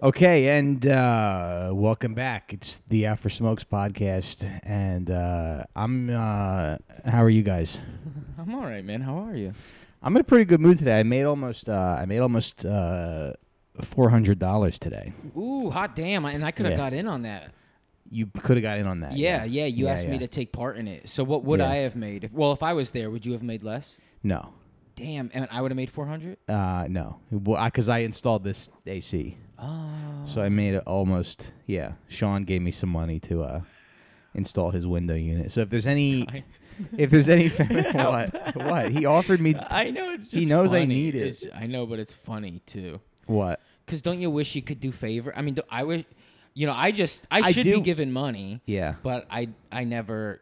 Okay, and uh, welcome back. It's the After Smokes podcast, and uh, I'm. Uh, how are you guys? I'm all right, man. How are you? I'm in a pretty good mood today. I made almost. Uh, I made almost uh, four hundred dollars today. Ooh, hot damn! I- And I could have Yeah. got in on that. You could have got in on that. Uh, Yeah, yeah. You asked me yeah. to take part in it. So what would Yeah. I have made? If, well, if I was there, would you have made less? No, Damn, and I would have made 400. uh, no, well, because I, installed this AC, Oh, so I made it almost. Yeah, Sean gave me some money to uh, install his window unit. So if there's any, I, if there's any, what, what he offered me, I know it's just. He knows I funny. need it. It's- I know, but it's funny too. what? Cause don't you wish you could do favor? I mean, do, I wish. You know, I just I, I should do- be given money, Yeah. but I I never.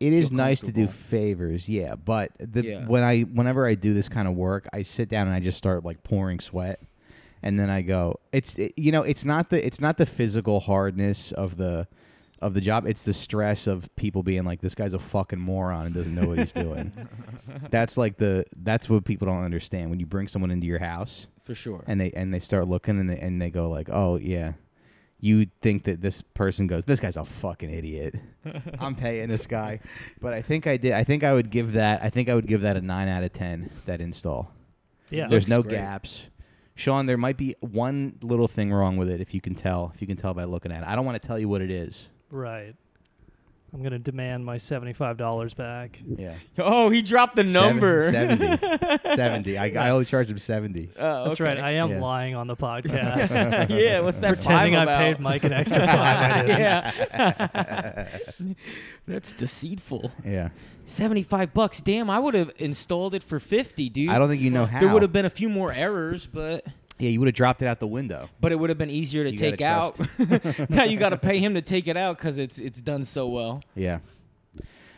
it is feel nice to do comfortable. favors, yeah. But the Yeah. when I whenever I do this kind of work, I sit down and I just start like pouring sweat, and then I go. It's it, you know, it's not the it's not the physical hardness of the of the job. It's the stress of people being like, this guy's a fucking moron and doesn't know what he's doing. that's like the that's what people don't understand when you bring someone into your house For sure. and they and they start looking and they, and they go like, "Oh yeah." You think that this person goes, "This guy's a fucking idiot." I'm paying this guy. But I think I did I think I would give that I think I would give that a 9 out of 10 that install. Yeah. There's looks no great. gaps. Sean, there might be one little thing wrong with it if you can tell, if you can tell by looking at it. I don't want to tell you what it is. Right. I'm gonna demand my seventy-five dollars back. Yeah. oh, he dropped the number. 70. 70. I, I only charged him 70. Oh, That's right. okay. I am Yeah. lying on the podcast, yeah, what's that? pretending vibe I about? paid Mike an extra five. I didn't. yeah. That's deceitful. Yeah. 75 bucks. Damn, I would have installed it for 50, dude. I don't think you know how. there would have been a few more errors, but Yeah, you would have dropped it out the window. but it would have been easier to You gotta take out. now you got to pay him to take it out cuz it's it's done so well. Yeah.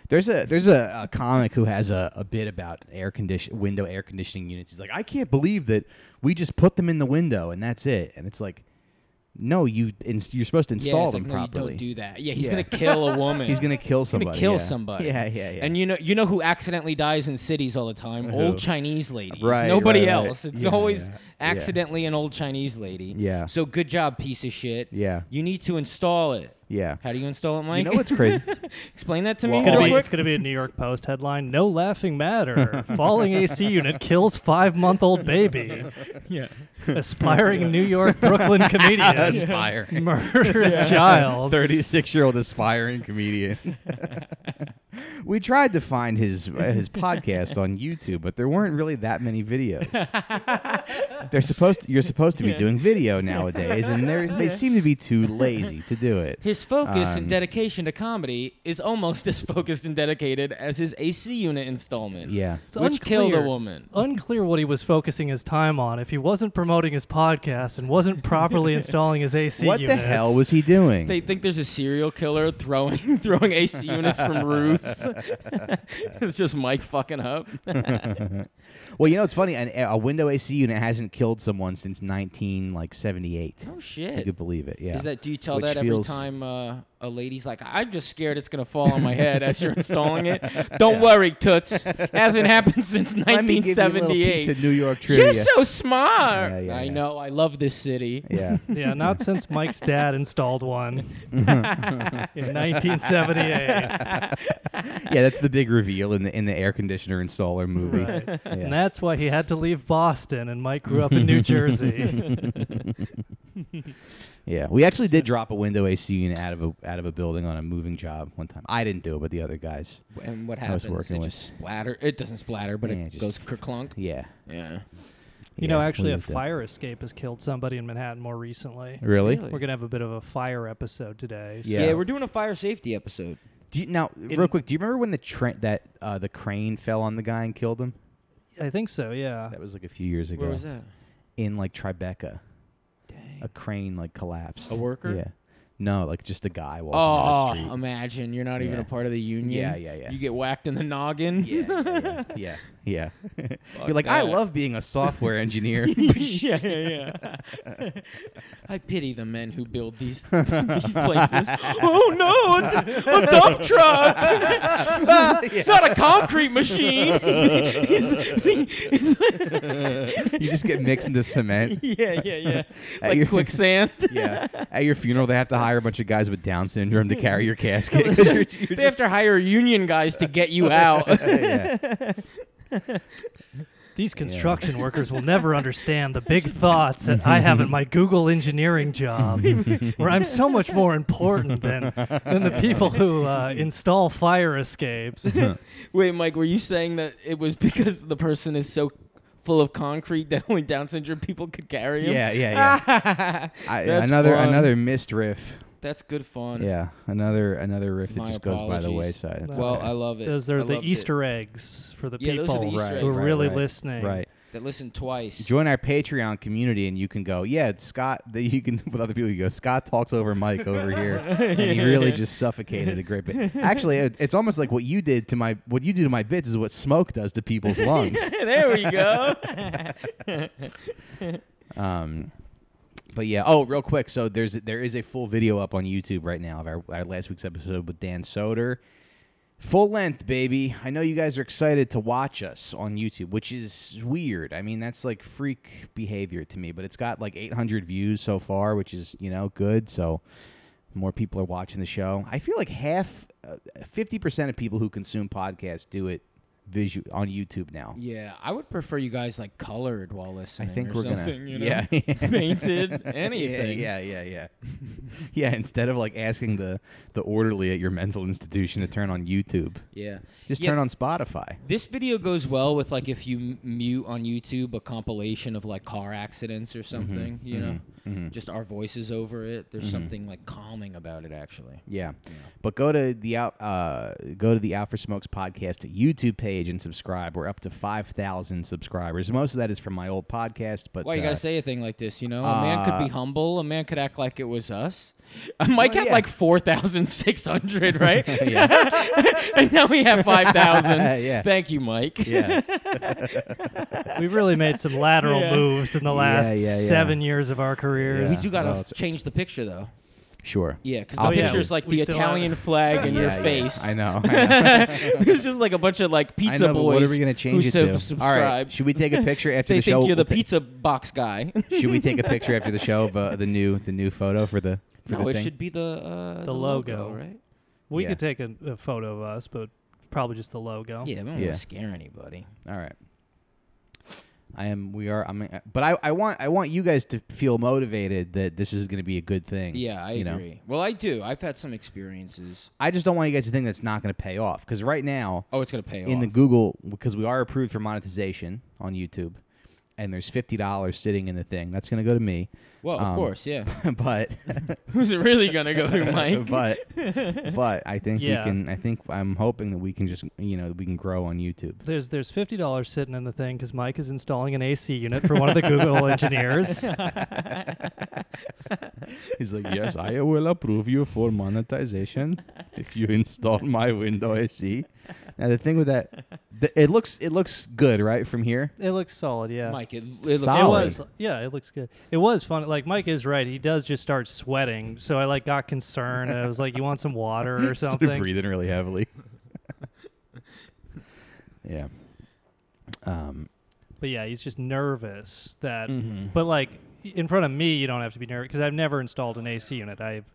There's a there's a, a comic who has a, a bit about air condition window air conditioning units. He's like, I can't believe that we just put them in the window and that's it. And it's like, no, you ins- you're supposed to install yeah, it's them like, No, properly. you don't do that. Yeah, he's Yeah. going to kill a woman. He's gonna kill He's gonna somebody. kill yeah. somebody. Yeah, yeah, yeah. And you know you know who accidentally dies in cities all the time? Who? Old Chinese ladies. Right, Nobody right, right. else. It's Yeah, always yeah, yeah. accidentally an old Chinese lady. Yeah. So good job, piece of shit. yeah, You need to install it. yeah. How do you install it, Mike? You know what's crazy? Explain that to Well, me. It's gonna, real be, quick. it's gonna be a New York Post headline. No laughing matter. Falling AC unit kills five-month-old baby. yeah. Aspiring New York Brooklyn comedian aspiring. murders child. 36 year old aspiring comedian. we tried to find his uh, his podcast on YouTube, but there weren't really that many videos. They're supposed to, you're supposed to be doing video nowadays, and they they seem to be too lazy to do it. His focus Um, and dedication to comedy is almost as focused and dedicated as his AC unit installment. Yeah. It's which killed a unclear- woman. Unclear what he was focusing his time on. If he wasn't promoting his podcast and wasn't properly installing his AC What the units. hell was he doing? They think there's a serial killer throwing throwing AC units from roofs. it's just Mike fucking up. well, you know it's funny. An, a window AC unit hasn't killed someone since 19 like 78. Oh You shit. could believe it. Yeah. Is that do you tell Which that feels- every time uh, a lady's like, I'm just scared it's gonna fall on my head as you're installing it? Don't worry, Toots. Hasn't happened since Let me give you a little 1978. piece of New York You're trivia. so smart. Yeah, yeah, I yeah. know. I love this city. yeah. Yeah, not since Mike's dad installed one in 1978. yeah, that's the big reveal in the in the air conditioner installer movie. Right. And Yeah. that's why he had to leave Boston, and Mike grew up in New Jersey. Yeah. we actually did drop a window AC unit out of a out of a building on a moving job one time. I didn't do it, but the other guys. And what I was happens? working it with- just splatter. It doesn't splatter, but Yeah, it it, just- goes kerclunk. Yeah, Yeah. You know, Yeah, actually, we a did that. fire escape has killed somebody in Manhattan more recently. Really? We're gonna have a bit of a fire episode today. so- Yeah. Yeah. we're doing a fire safety episode. Do you, now, real quick, do you remember when the tra- that uh, the crane fell on the guy and killed him? I think so. Yeah, That was like a few years ago. Where was that? In like Tribeca, a Dang. crane like collapsed. A worker? Yeah. No, like just a guy walking Oh, down the street. imagine you're not even Yeah. a part of the union. Yeah, yeah, yeah. You get whacked in the noggin. yeah, yeah, yeah, yeah. Yeah. You're Fuck like, I that. love being a software engineer. yeah, yeah, yeah. I pity the men who build these these places. Oh no, a, d- a dump truck, not a concrete machine. He's- he's- you just get mixed into cement. yeah, yeah, yeah. At Like your- quicksand. Yeah. At your funeral, they have to hire a bunch of guys with Down syndrome to carry your casket. 'cause you're- you're they have to hire union guys to get you out. yeah. These construction workers will never understand the big thoughts that I have in my Google engineering job, where I'm so much more important than, than the people who uh, install fire escapes. Wait, Mike, were you saying that it was because the person is so full of concrete that only Down syndrome people could carry him? Yeah, yeah, yeah. I, Ah, That's another fun. another missed riff. That's good fun. Yeah, another another riff that My just goes by the apologies. wayside. It's Well, okay. I love it. Those I are the loved it. Easter eggs for the Yeah, people those are the Easter Right, who eggs. are right, really right, listening. right. that listen twice. Join our Patreon community, and you can go. Yeah, it's Scott. That you can with other people. You go. Scott talks over Mike over here, and he really just suffocated a great bit. Actually, it, it's almost like what you did to my what you do to my bits is what smoke does to people's lungs. there we go. Um, but yeah. Oh, real quick. So there's there is a full video up on YouTube right now of our, our last week's episode with Dan Soder. Full length, baby. I know you guys are excited to watch us on YouTube, which is weird. I mean, that's like freak behavior to me, but it's got like 800 views so far, which is, you know, good. So more people are watching the show. I feel like half, uh, 50% of people who consume podcasts do it visual on YouTube now. yeah, I would prefer you guys like colored while listening. think or we're gonna- something, You know? yeah. painted anything. Yeah, yeah, yeah, yeah. yeah, instead of like asking the the orderly at your mental institution to turn on YouTube, yeah. just Yeah, turn on Spotify. This video goes well with like if you m- mute on YouTube a compilation of like car accidents Mm-hmm, or something. You know, just our voices over it. Mm-hmm. There's something like calming about it actually. Yeah. But go to the out uh, go to the Out for Smokes podcast YouTube page and subscribe. We're up to 5,000 subscribers. Most of that is from my old podcast, but Why you uh, gotta say a thing like this? You know, a man could uh, be humble. A man could act like it was us. Mike Well, had yeah. like four thousand six hundred, right? yeah. and now we have five thousand. Yeah. Thank you, Mike. yeah. We really made some lateral Yeah. moves in the last yeah, yeah. seven years of our Yeah. careers. We do gotta Oh, f- it's- Oh, change the picture though. Sure. Yeah, because I'll the put picture you- is like we the still Italian have- flag and your Yeah, yeah. face. I know. I know. There's just like a bunch of like I pizza know, but boys what are we going to change who it sub- to? subscribe. All right. Should we take a picture after they the think show? you're the We'll ta- pizza box guy. Should we take a picture after the show of uh, the new the new photo for the for no, the it thing? should be the uh, the, logo. right? We Yeah. could take a, a photo of us, but probably just the logo. Yeah, we don't Oh, Yeah. want to scare anybody. All right. I am. We are. I'm. But I. I want. I want you guys to feel motivated that this is going to be a good thing. Yeah, I you know? agree. Well, I do. I've had some experiences. I just don't want you guys to think that's not going to pay off because right now Oh, it's gonna pay in off. the Google because we are approved for monetization on YouTube, and there's fifty dollars sitting in the thing that's going to go to me. well, of um, course, yeah. but Who's it really gonna go to, Mike? but but I think Yeah. we can. I think I'm hoping that we can just you know we can grow on YouTube. There's there's fifty dollars sitting in the thing because Mike is installing an AC unit for one of the Google engineers. He's like, yes, I will approve you for monetization if you install my window AC. Now the thing with that, th- it looks it looks good, right, from here. It looks solid, yeah. Mike, it, it looks Solid. It good. was, yeah, it looks good. It was fun. Like Mike is right. He does just start sweating. So I like got concerned. and I was like, "You want some water or Started something?" breathing really heavily. yeah. Um. But yeah, he's just nervous that. Mhm. But like in front of me, you don't have to be nervous because I've never installed an AC unit. I've.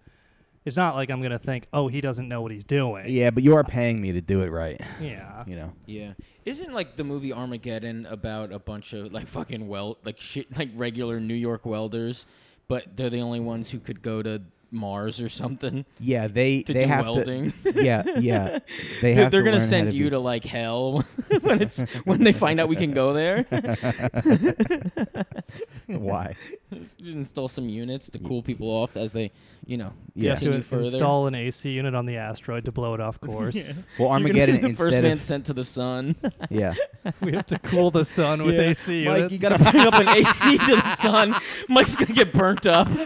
It's not like I'm gonna think, "Oh, he doesn't know what he's doing." Yeah, but you are paying me to do it right. Yeah. You know. Yeah. Isn't like the movie Armageddon about a bunch of like fucking weld like shit like regular New York welders, but they're the only ones who could go to Mars or something Yeah, they to they do have welding. to. Yeah, yeah. They They're, have. to gonna learn how send you be- to like hell when it's when they find out we can go there. Why? Just install some units to cool people off as they, you know, Yeah. You have continue to further. install an AC unit on the asteroid to blow it off course. Well, You're gonna be Armageddon the first instead man of sent to the sun. yeah. we have to cool the sun with Yeah. AC Mike, units. you gotta put up an AC to the sun. Mike's gonna get burnt up.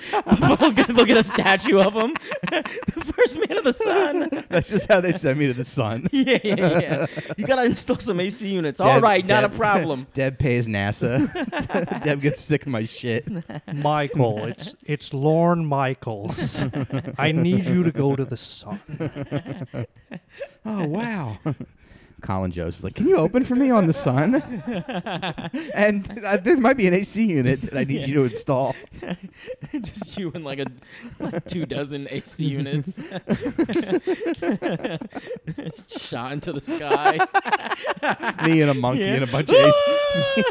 We'll get- Look at a statue of him, the first man of the sun. That's just how they send me to the sun. Yeah, yeah, yeah. You gotta install some AC units. All Deb- right, not a Deb- problem. Deb pays NASA. Deb gets sick of my shit. Michael, it's it's Lorne Michaels. I need you to go to the sun. Oh wow. Colin Joe's like, can you open for me on the sun? and uh, there might be an AC unit that I need you to install. Just you and like a like two dozen AC units shot into the sky. Me and a monkey Yeah. and a bunch of AC.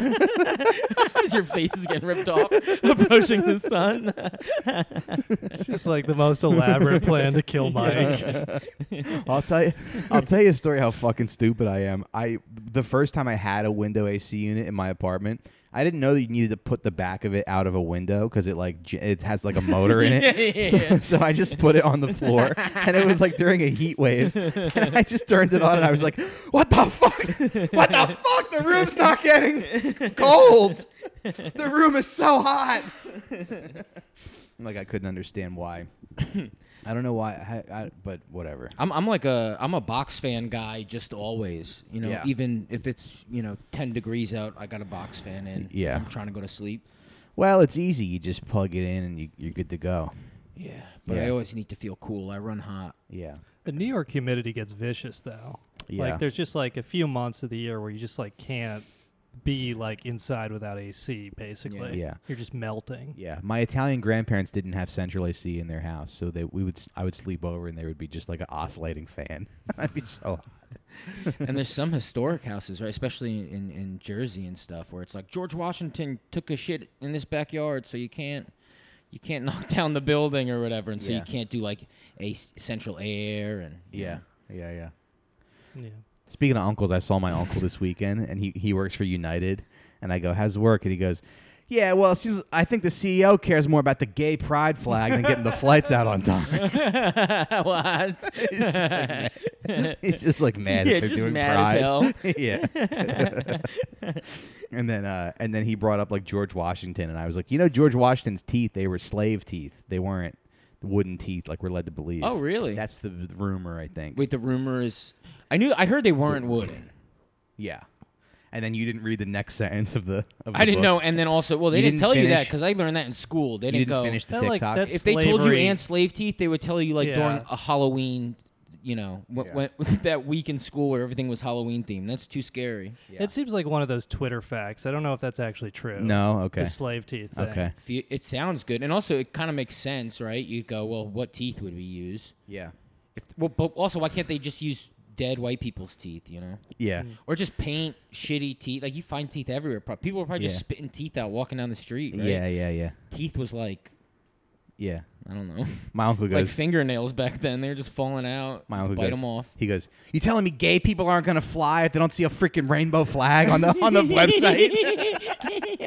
As your face is getting ripped off, approaching the sun. It's just like the most elaborate plan to kill Mike. I'll tell you. I'll tell you a story how fucking stupid I am. I the first time I had a window AC unit in my apartment, I didn't know that you needed to put the back of it out of a window because it like j- it has like a motor in it. Yeah. So, so I just put it on the floor, and it was like during a heat wave. And I just turned it on, and I was like, "What the fuck? What the fuck? The room's not getting cold. The room is so hot." like I couldn't understand why. I don't know why, I, I, but whatever. I'm I'm like a I'm a box fan guy just always. You know, Yeah. even if it's, you know, 10 degrees out, I got a box fan in. if Yeah. I'm trying to go to sleep. Well, it's easy. You just plug it in, and you, you're good to go. Yeah. But I Yeah. always need to feel cool. I run hot. Yeah. The New York humidity gets vicious though. Yeah. Like there's just like a few months of the year where you just like can't be like inside without AC basically. Yeah. You're just melting. Yeah, my Italian grandparents didn't have central AC in their house, so they we would s- I would sleep over and there would be just like an oscillating fan. I'd be so and there's some historic houses, right? Especially in, in Jersey and stuff, where it's like George Washington took a shit in this backyard, so you can't you can't knock down the building or whatever, and so Yeah. you can't do like a s- central air and yeah, yeah, yeah. Yeah. Speaking of uncles, I saw my uncle this weekend, and he, he works for United. And I go, "How's work?" And he goes, "Yeah, well, it seems I think the CEO cares more about the gay pride flag than getting the flights out on time." what? he's, just like, mad- he's just like mad. that Yeah, they're just doing mad pride. as hell. yeah. and then uh, and then he brought up like George Washington, and I was like, you know, George Washington's teeth they were slave teeth. They weren't wooden teeth like we're led to believe. Oh, really? That's the v- rumor, I think. Wait, the rumor is I knew I heard they weren't wooden. Yeah. And then you didn't read the next sentence of the. Of the I didn't book. know, and then also, well, they You didn't didn't, tell you that finish- because I learned that in school. They You didn't, didn't go. finish the That, like, TikTok. that's- if they told you Slavery. and slave teeth, they would tell you like during Yeah. a Halloween, you know, when, Yeah. when, that week in school where everything was Halloween themed. That's too scary. Yeah. It seems like one of those Twitter facts. I don't know if that's actually true. no. Okay. The slave teeth thing. Okay. If you- It sounds good, and also it kind of makes sense, right? You go, well, what teeth would we use? Yeah. If well, but also, why can't they just use dead white people's teeth? You know, Yeah. Mm. or just paint shitty teeth. Like you find teeth everywhere. Pro- People were probably just Yeah. spitting teeth out walking down the street. Right? Yeah. Yeah. Yeah. teeth was like Yeah. I don't know, My uncle like goes. fingernails back then. They were just falling out. my uncle bite goes. them off. He goes. You telling me gay people aren't gonna fly if they don't see a freaking rainbow flag on the on the website?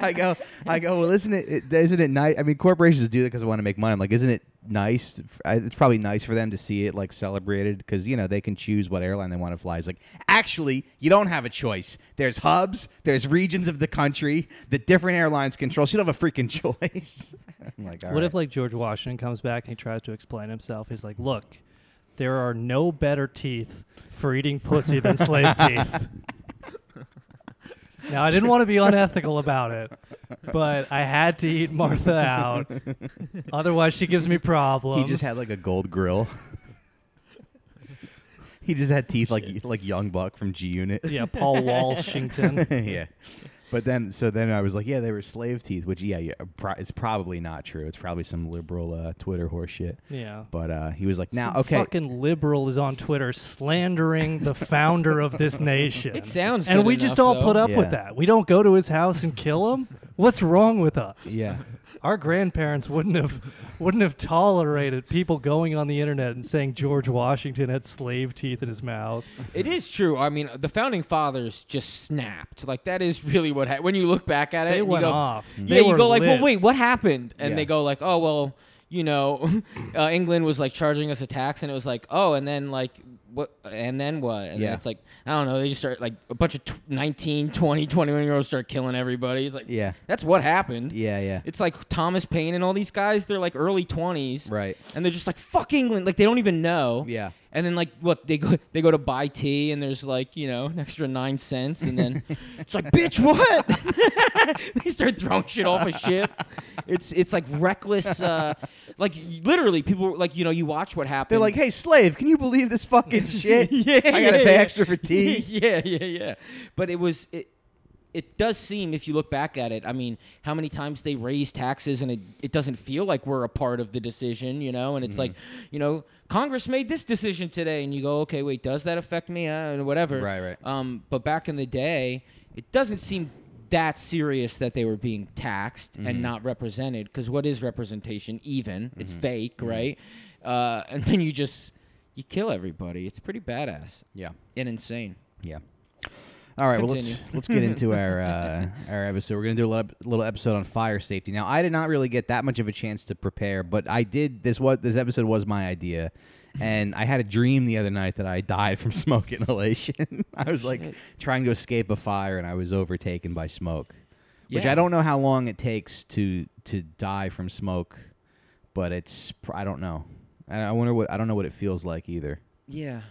I go, I go. Well, isn't it, it isn't it nice? I mean, corporations do that because they want to make money. I'm like, isn't it nice? f- I- It's probably nice for them to see it like celebrated because you know they can choose what airline they want to fly. It's like, actually, you don't have a choice. There's hubs. There's regions of the country that different airlines control. So you don't have a freaking choice. I'm like, all what if right. like George Washington comes back and he tries to explain himself? He's like, "Look, there are no better teeth for eating pussy than slave teeth." Now I didn't want to be unethical about it, but I had to eat Martha out. Otherwise, she gives me he problems. just had like a gold grill? he just had teeth like like Young Buck from G Unit. yeah, Paul Washington. yeah. But then, so then I was like, yeah, they were slave teeth, which, yeah, yeah pro- it's probably not true. It's probably some liberal uh, Twitter horse shit. Yeah. But uh, he was like, now, Some okay. Fucking liberal is on Twitter slandering the founder of this nation. It sounds And good we enough, just all though. put up Yeah. with that. We don't go to his house and kill him. What's wrong with us? yeah. Our grandparents wouldn't have wouldn't have tolerated people going on the internet and saying George Washington had slave teeth in his mouth. It is true. I mean, the founding fathers just snapped. Like that is really what happened. When you look back at it, They and you went go- off. Yeah, They you were go like, lit. well, wait, what happened? And Yeah. they go like, oh well, you know, uh, England was like charging us a tax, and it was like, oh, and then like what and then what and Yeah. then it's like i don't know they just start like a bunch of t- 19 20 21 year olds start killing everybody it's like Yeah. that's what happened Yeah, yeah. it's like thomas paine and all these guys they're like early 20s Right. and they're just like fuck england like they don't even know Yeah. and then like what they go they go to buy tea and there's like you know an extra nine cents and then it's like bitch what they start throwing shit off a ship it's it's like reckless uh like literally people like you know you watch what happened They're like, "Hey, slave, can you believe this fucking shit? yeah, I yeah, gotta pay yeah. extra for tea." yeah, yeah, yeah. But it was it. It does seem, if you look back at it, I mean, how many times they raise taxes and it, it doesn't feel like we're a part of the decision, you know? And it's like, you know, Congress made this decision today, and you go, okay, wait, does that affect me? Uh, and whatever. Right, right. Um, but back in the day, it doesn't seem that serious that they were being taxed and not represented because what is representation even? It's fake, right? Uh, and then you just you kill everybody. It's pretty badass yeah. and insane. Yeah. All right, well Continue. let's let's get into our uh, our episode. We're gonna do a little, little episode on fire safety. Now, I did not really get that much of a chance to prepare, but I did. This was this episode was my idea, and I had a dream the other night that I died from smoke inhalation. I was like shit. trying to escape a fire, and I was overtaken by smoke, which Yeah. I don't know how long it takes to to die from smoke, but it's pr- I don't know. And I wonder what I don't know what it feels like either. Yeah,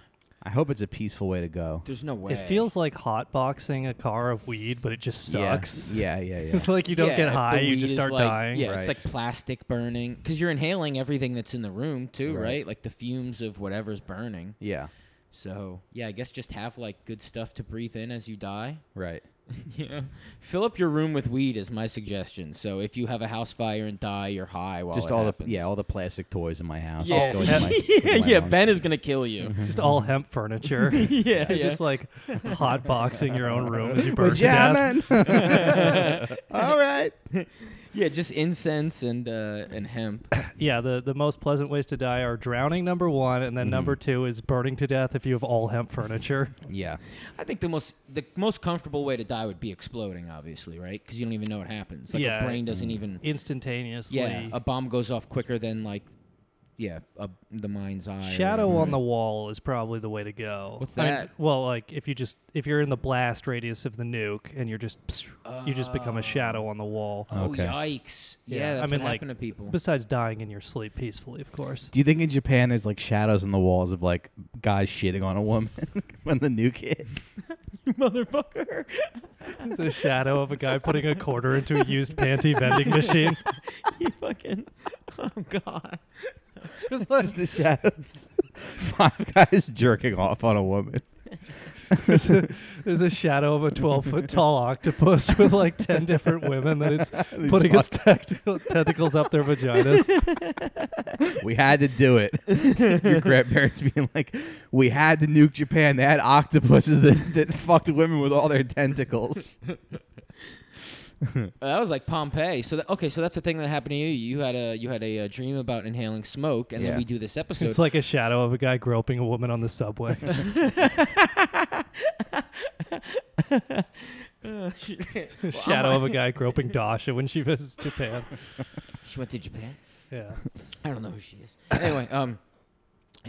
I hope it's a peaceful way to go. there's no way. It feels like hotboxing a car of weed, but it just sucks. Yeah, yeah, yeah. It's like you don't Yeah, get if the high, you weed just is start like- dying. Yeah, Right. it's like plastic burning because you're inhaling everything that's in the room too, Right. right. Like the fumes of whatever's burning. yeah. So yeah, I guess just have like good stuff to breathe in as you die. Right. yeah, fill up your room with weed is my suggestion. So if you have a house fire and die, you're high while just it all happens. the yeah, all the plastic toys in my house. yeah, just go into my- yeah, into my yeah. lungs. Ben is gonna kill you. Just all hemp furniture. Mm-hmm. yeah, You're Just like hotboxing your own room as you burn Well, to yeah, death. man. all right. yeah, just incense and uh, and hemp. Yeah, the, the most pleasant ways to die are drowning, number one, and then number Mm-hmm. two is burning to death if you have all hemp furniture. Yeah. I think the most the most comfortable way to die would be exploding, obviously, right? Because you don't even know what happens. Like Yeah. a brain mm. doesn't even. Instantaneously. Yeah, a bomb goes off quicker than like, yeah, a, the mind's eye. or Shadow whatever. on the wall is probably the way to go. Mm-hmm. What's I mean, that? well, like if you just if you're in the blast radius of the nuke and you're just psh, you just become a shadow on the wall. Oh Okay. yikes! Yeah, that's I mean what like happened to people. Besides dying in your sleep peacefully, of course. Do you think in Japan there's like shadows on the walls of like guys shitting on a woman when the new kid? Motherfucker! It's a shadow of a guy putting a quarter into a used panty vending machine. you fucking. Oh god. It's just the shadows. Five guys jerking off on a woman. There's a, there's a shadow of a 12 foot tall octopus with like 10 different women that it's It's putting its tactical, tentacles up their vaginas. We had to do it. Your grandparents being like, we had to nuke Japan. They had octopuses that, that fucked women with all their tentacles. Uh, that was like Pompeii. So that, okay, so that's the thing that happened to you. You had a you had a, uh dream about inhaling smoke, and Yeah. then we do this episode. It's like a shadow of a guy groping a woman on the subway. Well, Oh, shadow I'm- of a guy groping Dasha when she visits Japan. She went to Japan. Yeah. I don't know who she is. anyway, um,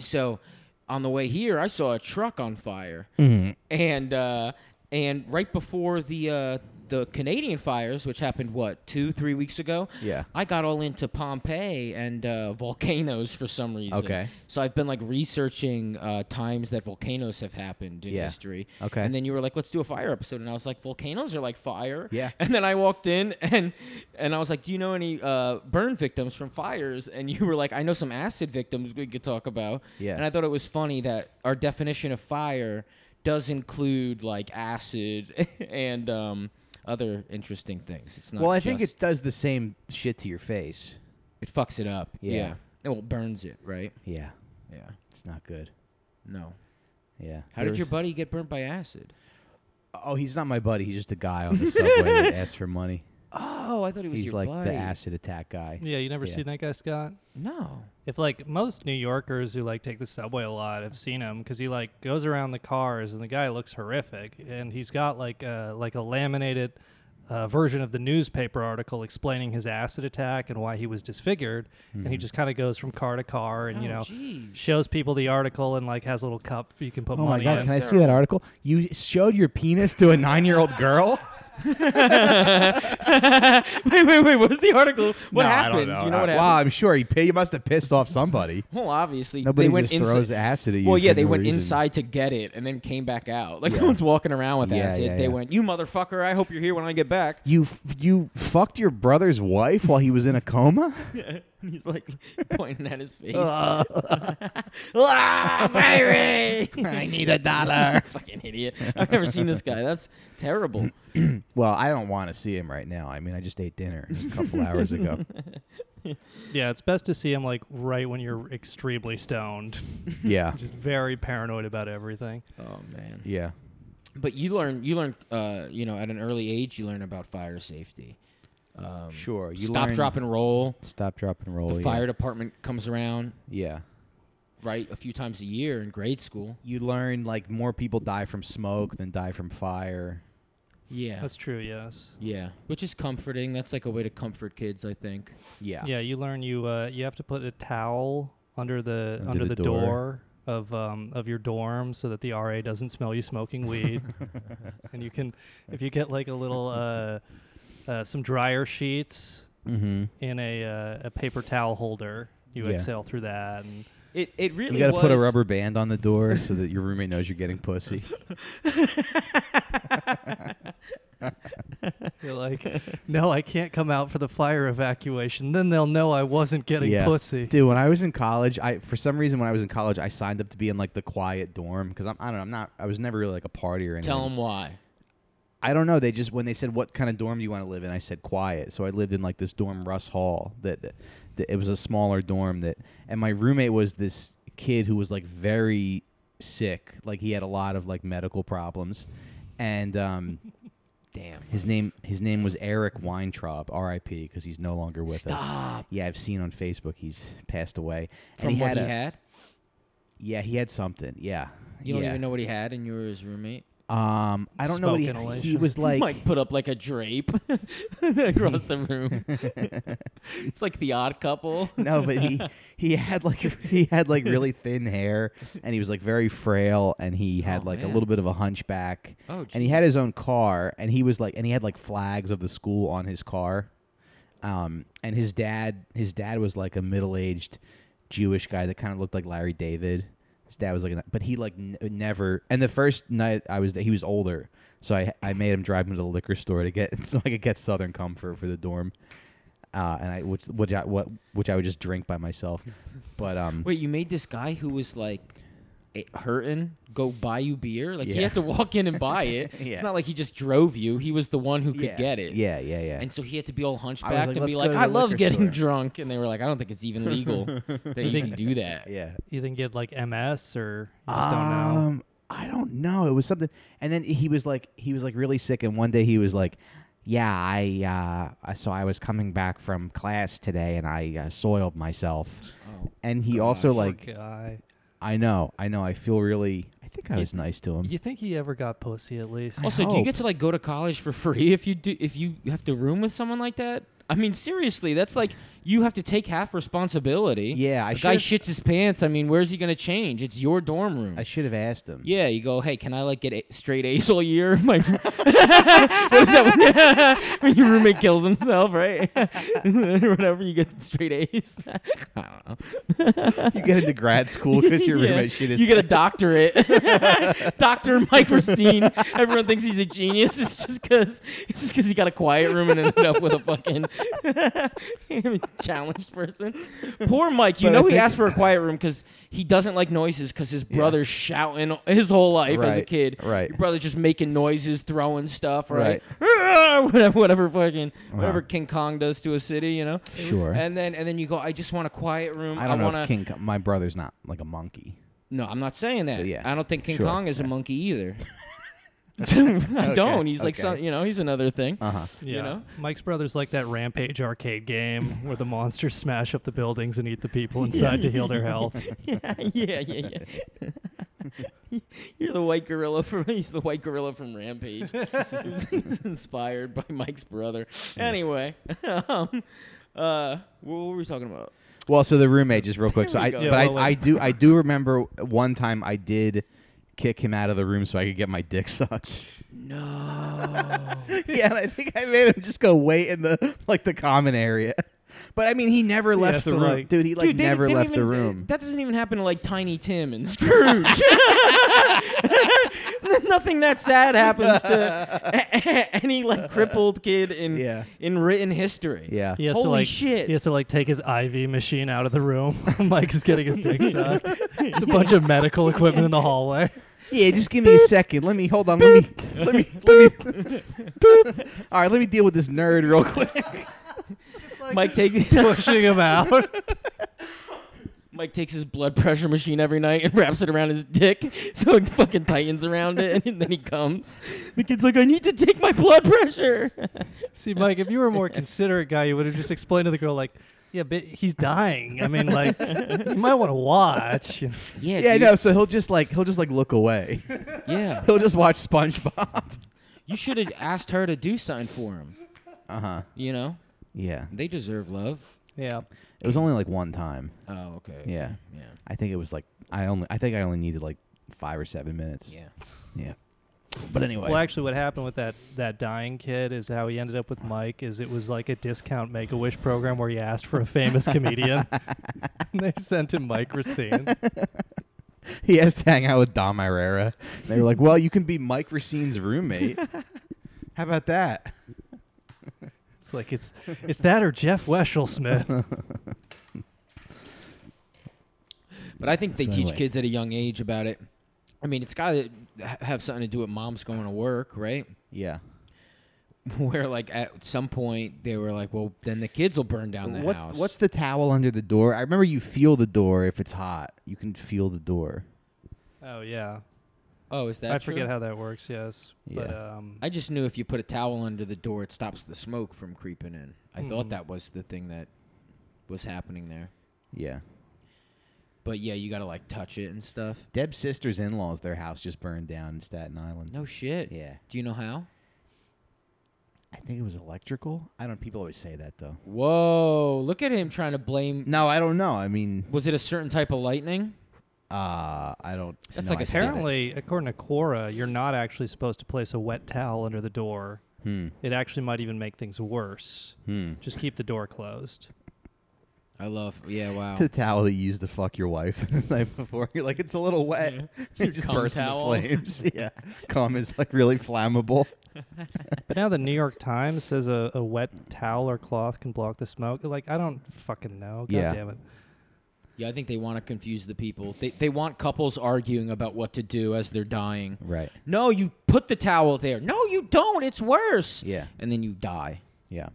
so on the way here, I saw a truck on fire, Mm-hmm. and uh, and right before the uh, the Canadian fires, which happened what two three weeks ago, Yeah. I got all into Pompeii and uh, volcanoes for some reason. Okay. so I've been like researching uh, times that volcanoes have happened in Yeah. history. Okay. and then you were like, let's do a fire episode, and I was like, volcanoes are like fire. Yeah. And then I walked in and and I was like, "Do you know any uh, burn victims from fires?" And you were like, "I know some acid victims we could talk about." Yeah. And I thought it was funny that our definition of fire does include like acid and um, other interesting things. It's not. Well, I just, think it does the same shit to your face. it fucks it up. Yeah. Yeah. It Well, burns it, right? Yeah, Yeah. it's not good. No. Yeah. How did your buddy get burnt by acid? Oh, he's not my buddy. He's just a guy on the subway that asks for money. Oh, I thought it was He's your like buddy. the acid attack guy. Yeah, you never Yeah. seen that guy, Scott? No. If like most New Yorkers who like take the subway a lot have seen him because he like goes around the cars and the guy looks horrific and he's got like a like a laminated uh, version of the newspaper article explaining his acid attack and why he was disfigured, and Mm-hmm. he just kind of goes from car to car and you Oh, know geez. shows people the article and like has a little cup you can put Oh my money god! in. Can I see that article? You showed your penis to a nine-year-old girl. wait, wait, wait. What was the article? What No, happened? I don't know. Do you know what wow, happened? I'm sure he, pi- he must have pissed off somebody. Well, obviously Nobody they went just throws inside. acid at you. Well, yeah, for they no went reason. inside to get it and then came back out. Like Yeah. someone's walking around with Yeah, acid. yeah, they yeah. went, "You motherfucker! I hope you're here when I get back." You f- you fucked your brother's wife while he was in a coma. He's like pointing at his face. ah, baby! need a dollar. Fucking idiot! I've never seen this guy. That's terrible. well, I don't want to see him right now. I mean, I just ate dinner a couple hours ago. Yeah, it's best to see him like right when you're extremely stoned, Yeah, just very paranoid about everything. Oh man. yeah. But you learn, you learn, uh, you know, at an early age, you learn about fire safety. Um, Sure, you stop, learn- drop, and roll. Stop, drop, and roll. The yeah. fire department comes around Yeah. right a few times a year in grade school. You learn like more people die from smoke than die from fire. Yeah. That's true. Yes. yeah, which is comforting. That's like a way to comfort kids, I think. Yeah. Yeah, you learn you uh, you have to put a towel under the Under under, the the, door. door. of um, of your dorm so that the RA doesn't smell you smoking weed, and you can if you get like a little uh, uh, some dryer sheets Mm-hmm. in a uh, a paper towel holder. You Yeah. exhale through that, and It it really You got to put a was- rubber band on the door so that your roommate knows you're getting pussy. you're like, "No, I can't come out for the fire evacuation." Then they'll know I wasn't getting pussy. Dude, when I was in college, I for some reason when I was in college, I signed up to be in like the quiet dorm because I'm I don't know I'm not I was never really like a party or anything. Tell them why. I don't know. They just when they said what kind of dorm do you want to live in, I said quiet. So I lived in like this dorm, Russ Hall. That, that it was a smaller dorm that, and my roommate was this kid who was like very sick. Like he had a lot of like medical problems, and um, Damn. his name his name was Eric Weintraub, R.I.P. Because he's no longer with us. Stop. Yeah, I've seen on Facebook he's passed away. From and he what had he a- had, Yeah, he had something. Yeah. yeah. you don't even know what he had, and you were his roommate. Um, I don't know what Smoke he. He inhalation. was like. Mike put up like a drape across the room. it's like the odd couple. no, but he he had like he had like really thin hair, and he was like very frail, and he had Oh, like a man. little bit of a hunchback, Oh, and he had his own car, and he was like, and he had like flags of the school on his car, um, and his dad his dad was like a middle aged Jewish guy that kind of looked like Larry David. His dad was like, an- but he like n- never. And the first night I was there, he was older, so I I made him drive me to the liquor store to get so I could get Southern Comfort for the dorm uh, and I which which I what which I would just drink by myself. But um, Wait, you made this guy who was like eh, hurting go buy you beer? Like Yeah. he had to walk in and buy it. Yeah. It's not like he just drove you. He was the one who could yeah, get it. Yeah, yeah, yeah. And so he had to be all hunchbacked like, and "Let's be go like, to "I the love liquor getting store." drunk," and they were like, "I don't think it's even legal that you can do that." yeah. You think you had like MS or you just don't know. Um, I don't know. It was something, and then he was like, he was like really sick, and one day he was like, "Yeah, I, uh, I- so I was coming back from class today, and I uh, soiled myself." Oh. And he also Poor like, guy. I know, I know, I feel really. I think I was nice to him. You think he ever got pussy at least? Also, Oh, do you hope. get to like go to college for free if you do if you have to room with someone like that? I mean, seriously, that's like you have to take half responsibility. Yeah, I A guy should've- shits his pants. I mean, where's he gonna change? It's your dorm room. I should have asked him. yeah, you go. Hey, can I like get a- straight A's all year? My what is that when your roommate kills himself, right? Whatever, you get straight A's. I don't know. you get into grad school because your Yeah. roommate shit is. You get a doctorate. Doctor Mike Racine. Everyone thinks he's a genius. It's just because it's just 'cause he got a quiet room and ended up with a fucking challenged person. Poor Mike. You But I know he think- asked for a quiet room because he doesn't like noises because his brother's shouting his whole life as a Right, kid. right. Your brother's just making noises, throwing stuff, Right. right? whatever, whatever, fucking, Wow. whatever King Kong does to a city, you know. Sure. And then and then you go. I just want a quiet room. I don't know want to. if King. Co- My brother's not like a monkey. No, I'm not saying that. yeah, I don't think King sure, Kong is a monkey either. I don't. He's like okay. some, you know, he's another thing. Uh huh. Yeah. You know? Mike's brother's like that Rampage arcade game where the monsters smash up the buildings and eat the people inside to heal their health. yeah, yeah, yeah, yeah. You're the white gorilla from he's the white gorilla from Rampage. he was inspired by Mike's brother. Anyway, um, uh, what were we talking about? Well, so the roommate, just real quick. So There we I, go. but Yeah, I, well, I do, I do remember one time I did kick him out of the room so I could get my dick sucked. No. yeah, and I think I made him just go wait in the like the common area. But I mean, he never has left the to, room, like- dude. He like they- never they don't left the even- room. That doesn't even happen to like Tiny Tim and Scrooge. Nothing that sad happens to a- a- any like crippled kid in Yeah. in written history. yeah, He has to Holy like shit. he has to like take his IV machine out of the room. Mike is getting his dick sucked. It's a bunch of medical equipment in the hallway. yeah. Just give me a second. Let me hold on. Let me, let me, let me. All right, let me deal with this nerd real quick. Mike takes Pushing him out. Mike takes his blood pressure machine every night and wraps it around his dick so it fucking tightens around it and then he comes. The kid's like, I need to take my blood pressure. See, Mike, if you were a more considerate guy, you would have just explained to the girl like, "Yeah, but he's dying. I mean, like, you might want to watch." You know? Yeah, Yeah, dude. no. So he'll just like he'll just like look away. yeah. He'll just watch SpongeBob. You should have asked her to do something for him. Uh huh. You know, Yeah. they deserve love. Yeah. It was only like one time. Oh, okay. Yeah. Yeah. I think it was like I only. I think I only needed like five or seven minutes. Yeah. Yeah. But anyway. Well, actually, what happened with that that dying kid is how he ended up with Mike. Is it was like a discount Make a Wish program where he asked for a famous comedian, and they sent him Mike Racine. He has to hang out with Dom Irera. And they were like, "Well, you can be Mike Racine's roommate. How about that?" It's like it's it's that or Jeff Weschel Smith. But I think they So teach anyway. kids at a young age about it. I mean, it's got to have something to do with mom's going to work, right? Yeah. Where like at some point they were like, well, then the kids will burn down the What's house. what's the towel under the door? I remember you feel the door if it's hot. You can feel the door. Oh yeah, oh, is that? I forget true? how that works. Yes, but um, I just knew if you put a towel under the door, it stops the smoke from creeping in. I thought Mm-hmm. Mhm. that was the thing that was happening there. Yeah. But yeah, you got to like touch it and stuff. Deb's sister's in-laws, their house just burned down in Staten Island. No shit. Yeah. Do you know how? I think it was electrical. I don't. People always say that though. Whoa! Look at him trying to blame. No, I don't know. I mean, Was it a certain type of lightning? uh, I don't. That's no, like I a stupid. apparently, according to Quora, you're not actually supposed to place a wet towel under the door. Hmm. It actually might even make things worse. Hmm. Just keep the door closed. I love. Yeah. Wow. The towel that you used to fuck your wife the night before. You're like, it's a little wet. Your It just cum bursts into towel. flames. yeah. Cum is like really flammable. But now the New York Times says a, a wet towel or cloth can block the smoke. Like I don't fucking know. God Yeah. damn it. Yeah, I think they want to confuse the people. They they want couples arguing about what to do as they're dying. Right. No, you put the towel there. No, you don't. It's worse. Yeah. And then you die. Yeah.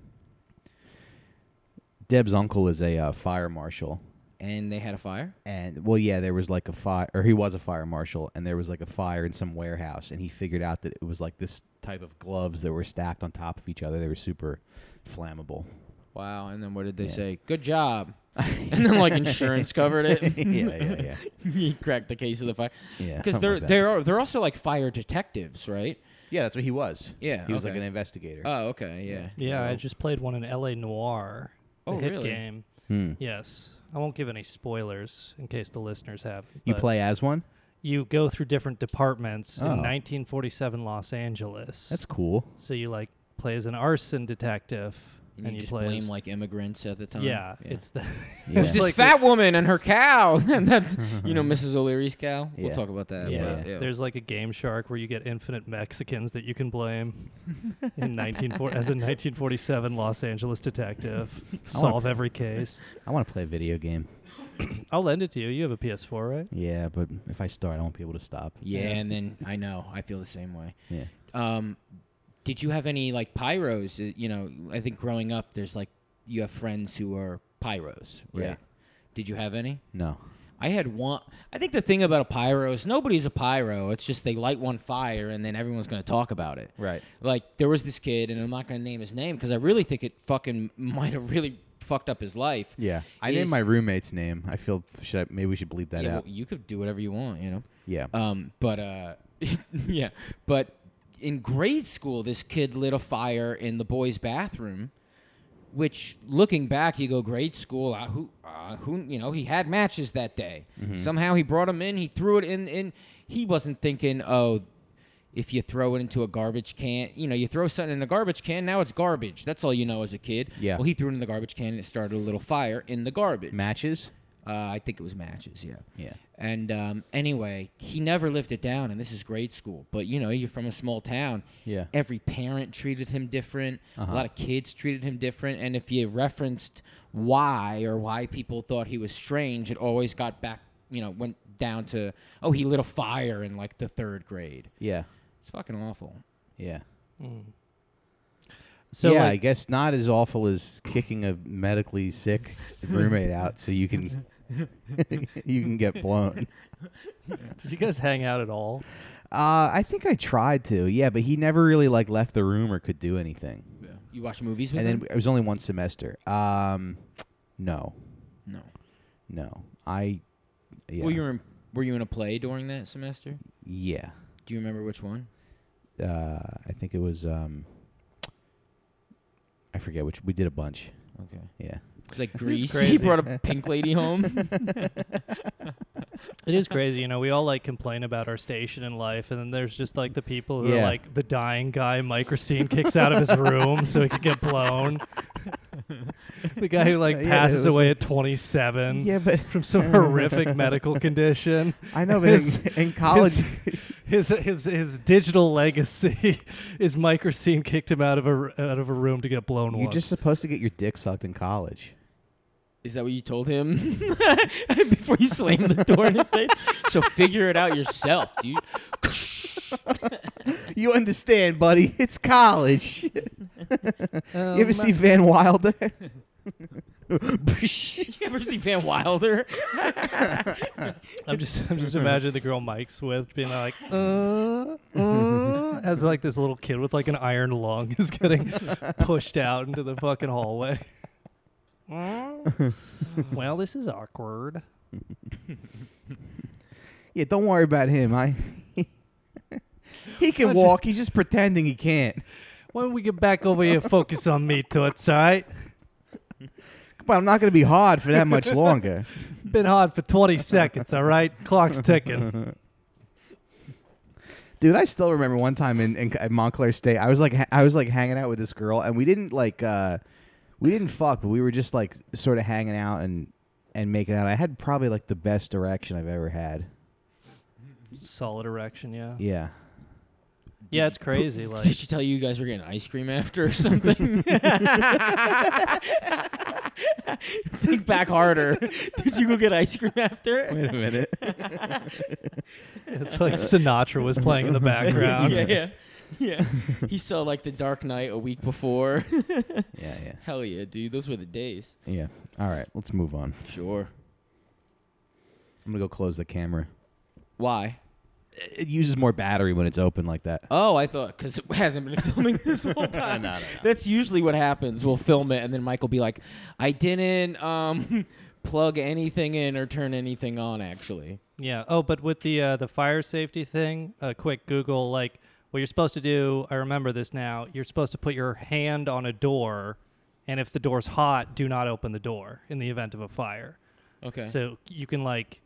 Deb's uncle is a uh, fire marshal. And they had a fire. And well, yeah, there was like a fire, or he was a fire marshal, and there was like a fire in some warehouse, and he figured out that it was like this type of gloves that were stacked on top of each other. They were super flammable. Wow. And then what did they Yeah. say? Good job. and then like insurance covered yeah, it. yeah, yeah, he cracked the case of the fire. yeah. Because something they're like that. they're they're also like fire detectives, right? yeah, that's what he was. Yeah, he was okay. like an investigator. Oh, okay, yeah. Yeah, I Oh. just played one in L.A. Noir. The Oh, hit really? game. Hmm. Yes. I won't give any spoilers in case the listeners have. You but play as one. You go through different departments in Oh. 1947 Los Angeles. That's cool. so you like play as an arson detective, and, you, just play blame as- like immigrants at the time. yeah, it's the Yeah. It was It's this like the- fat woman and her cow. and that's, you know, Mrs. O'Leary's cow. We'll Yeah. talk about that. Yeah, but, yeah. yeah. There's like a game shark where you get infinite Mexicans that you can blame in 19 for- as a 1947 Los Angeles detective. Solve every case. I want to play a video game. I'll lend it to you. You have a PS4, right? Yeah, but if I start, I won't be able to stop. Yeah, Yeah. and then I know. I feel the same way. Yeah. Um, did you have any, like, pyros? Uh, You know, I think growing up, there's like, you have friends who are pyros, right? Yeah. Did you have any? No. I had one. I think the thing about a pyro is nobody's a pyro. It's just they light one fire and then everyone's going to talk about it. Right. Like there was this kid, and I'm not going to name his name because I really think it fucking might have really fucked up his life. Yeah, I named is- my roommate's name. I feel should I, maybe we should bleep that yeah, out. well, you could do whatever you want, you know. yeah, Um, but uh, yeah, but in grade school, this kid lit a fire in the boys' bathroom. Which, looking back, you go grade school. Uh, who, uh, who, you know, he had matches that day. Mm-hmm. Somehow he brought them in. He threw it in. In he wasn't thinking, oh, if you throw it into a garbage can, you know, you throw something in a garbage can. Now it's garbage. That's all you know as a kid. Yeah. Well, he threw it in the garbage can and it started a little fire in the garbage. matches. Uh, I think it was matches. Yeah. Yeah, And um, anyway, he never lived it down, and this is grade school. But you know, you're from a small town. Yeah. Every parent treated him different. A lot of kids treated him different. And if you referenced why or why people thought he was strange, it always got back. You know, went down to oh, he lit a fire in like the third grade. yeah, It's fucking awful. yeah. So Mm. yeah, I like, guess not as awful as kicking a medically sick roommate out, so you can you can get blown. did you guys hang out at all? Uh, I think I tried to, yeah, but he never really like left the room or could do anything. Yeah. You watch movies with And then him? it was only one semester. Um, no, no. no, I. Yeah. Were you in, Were you in a play during that semester? yeah. Do you remember which one? Uh, I think it was. Um, I forget which. We did a bunch. Okay. Yeah. It's like Grease. He crazy. brought a pink lady home. It is crazy, you know. We all like complain about our station in life, and then there's just like the people who Yeah. are like the dying guy Mike Racine kicks out of his room so he could get blown. the guy who like Yeah, it passes was away at 27 but from some horrific medical condition. I know, but in, His- in college, His his his digital legacy is Mike Racine kicked him out of a r- out of a room to get blown you're once. just supposed to get your dick sucked in college. Is that what you told him before you slammed the door in his face? So figure it out yourself, dude. You understand, buddy? It's college. you Um, ever see Van Wilder? you ever see Van Wilder? I'm just I'm just imagining the girl Mike's with being like, uh, uh, as like this little kid with like an iron lung is getting pushed out into the fucking hallway. well, this is awkward. yeah, don't worry about him. I. he can I just- walk. He's just pretending he can't. Why don't we get back over here and focus on me, Toots, all right? But I'm not going to be hard for that much longer. Been hard for 20 seconds, all right? Clock's ticking. Dude, I still remember one time in, in at Montclair State, I was like, ha- I was like hanging out with this girl, and we didn't like, uh, we didn't fuck, but we were just like sort of hanging out and and making out. I had probably like the best erection I've ever had. Solid erection, yeah. Yeah, Yeah, it's crazy. Like, Did she tell you you guys were getting ice cream after or something? Think back harder. Did you go get ice cream after? a minute. it's like Sinatra was playing in the background. yeah, yeah, yeah. He saw like The Dark Knight a week before. yeah, yeah, Hell yeah, dude. Those were the days. yeah. All right, let's move on. Sure. I'm gonna go close the camera. Why? It it uses more battery when it's open like that. Oh, I thought because it hasn't been filming this whole time. That's usually what happens. We'll film it, and then Mike will be like, "I didn't um, plug anything in or turn anything on." Actually, Yeah. Oh, but with the uh, the fire safety thing, a quick Google like what you're supposed to do. I remember this now. You're supposed to put your hand on a door, and if the door's hot, do not open the door in the event of a fire. okay. So you can like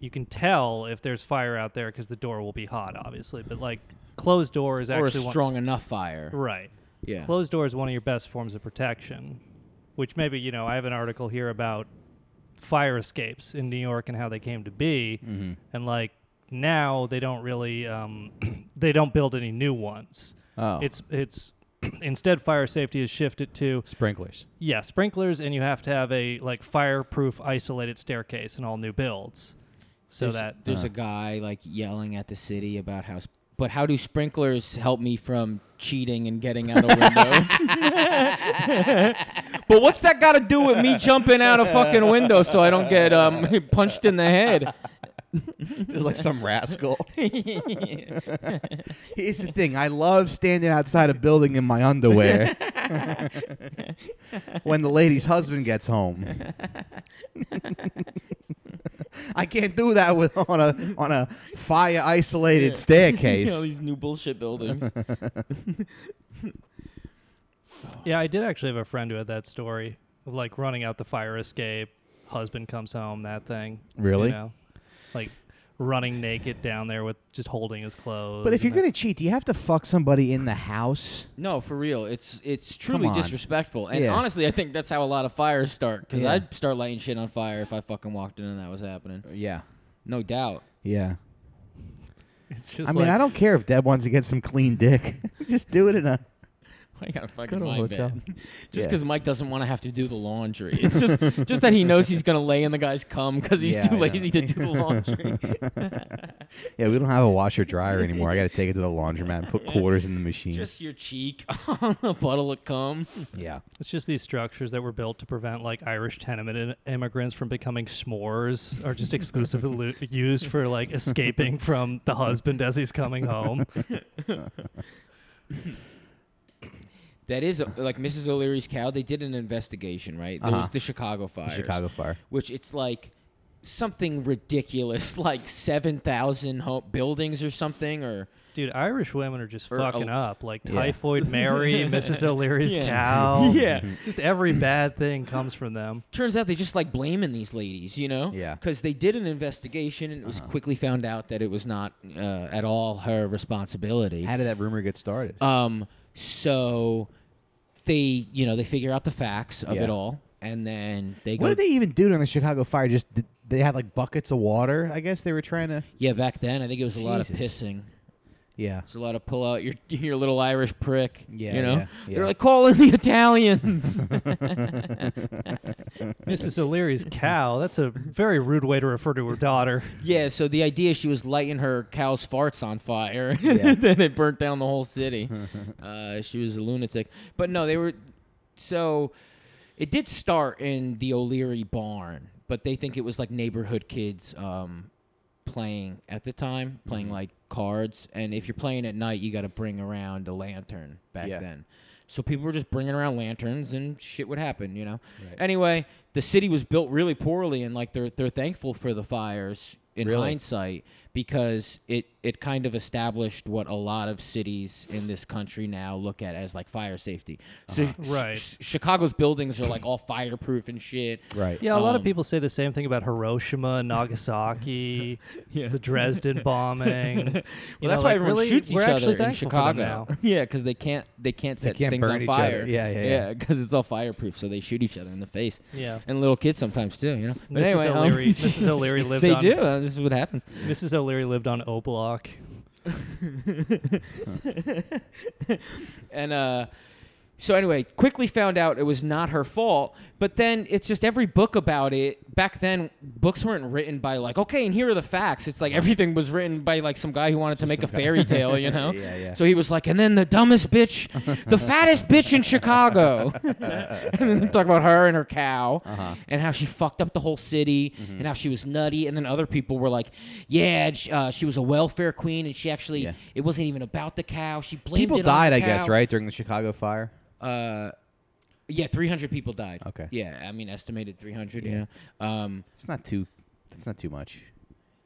you can tell if there's fire out there because the door will be hot, obviously. But like closed door is or a actually one- strong enough fire. right. Yeah. Closed door is one of your best forms of protection, which maybe, you know, I have an article here about fire escapes in New York and how they came to be. Mm. And like now they don't really, um, they don't build any new ones. Oh, It's, it's, instead fire safety is shifted to, sprinklers. yeah, sprinklers and you have to have a like fireproof isolated staircase in all new builds. So there's, that there's uh. a guy like yelling at the city about how. s- But how do sprinklers help me from cheating and getting out a window? but what's that got to do with me jumping out a fucking window so I don't get um, punched in the head? just like some rascal. Here's the thing: I love standing outside a building in my underwear when the lady's husband gets home. I can't do that with on a on a fire isolated Yeah. staircase. All these new bullshit buildings. Yeah, I did actually have a friend who had that story of like running out the fire escape, husband comes home, that thing. Really? You know? Like running naked down there with just holding his clothes. But if you're and gonna cheat, do you have to fuck somebody in the house? No, for real. It's it's truly on. disrespectful. And Yeah. honestly, I think that's how a lot of fires start. Because Yeah. I'd start lighting shit on fire if I fucking walked in and that was happening. Yeah, No doubt. yeah. that- it's just I mean, like- I don't care if Deb wants to get some clean dick. Just do it in a. I gotta fucking to a my hotel. bed. Just Yeah. because Mike doesn't want to have to do the laundry. It's just just that he knows he's gonna lay in the guy's cum because he's Yeah, too I know. lazy to do the laundry. Yeah, we don't have a washer dryer anymore. I got to take it to the laundromat and put quarters in the machine. just your cheek on a bottle of cum. yeah. It's just these structures that were built to prevent like Irish tenement in- immigrants from becoming s'mores are just exclusively lu- used for like escaping from the husband as he's coming home. That is uh, like Mrs. O'Leary's cow. They did an investigation, right? There Uh-huh. was the Chicago fires. Chicago fire. which it's like something ridiculous, like seven thousand ho buildings or something, or Dude, Irish women are just Or fucking al- up. Like Yeah. Typhoid Mary, Mrs. O'Leary's Yeah. cow. Yeah. Just every bad thing comes from them. turns out they just like blaming these ladies, you know? Yeah. Uh-huh. Because they did an investigation and it was quickly found out that it was not uh, at all her responsibility. How did that rumor get started? Um, so they, you know, they figure out the facts of Yeah. it all, and then they what go. did they even do during the Chicago fire? Just did they had like buckets of water. I guess they were trying to. yeah, back then I think it was a lot of Jesus. pissing. Yeah. It's a lot of pull out your your little Irish prick. Yeah, you know yeah, yeah. they're like calling the Italians. Mrs. O'Leary's cow. That's a very rude way to refer to her daughter. Yeah, so the idea she was lighting her cow's farts on fire, Yeah. and then it burnt down the whole city. uh, she was a lunatic, but no, they were. So it did start in the O'Leary barn, but they think it was like neighborhood kids um, playing at the time, playing Mm-hmm. like cards. And if you're playing at night, you got to bring around a lantern back Yeah. then. So people were just bringing around lanterns, and shit would happen, you know. Right. Anyway, the city was built really poorly, and like they're they're thankful for the fires in Really? hindsight because it it kind of established what a lot of cities in this country now look at as like fire safety. Uh-huh. So sh- Right. sh- Chicago's buildings are like all fireproof and shit. Right. Yeah, a lot of Um, people say the same thing about Hiroshima and Nagasaki, the Dresden bombing. well, Well, that's why everyone shoots each other in Chicago. yeah, because they can't they can't set can't things burn on each other. fire. Yeah, yeah, yeah. because it's all fireproof, so they shoot each other in the face. Yeah. and little kids sometimes too. You know. But Mrs. anyway, um, O'Leary- Mrs. O'Leary lived they on- do. uh, this is what happens. Mrs. O'Leary lived on O Block. and uh, so anyway, quickly found out it was not her fault. But then it's just every book about it. Back then, books weren't written by like, okay, and here are the facts. It's like everything was written by like some guy who wanted to make a some guy. fairy tale, you know? Yeah, yeah. So he was like, and then the dumbest bitch, the fattest bitch in Chicago, and then they talk about her and her cow Uh-huh. and how she fucked up the whole city Mm-hmm. and how she was nutty. And then other people were like, yeah, and sh- uh, she was a welfare queen and she actually Yeah. it wasn't even about the cow. She blamed People it on died, the I guess, cow. right during the Chicago fire. Uh, yeah, 300 people died. Okay. Yeah, I mean, estimated 300. Yeah. Yeah. Um, It's not too. That's not too much.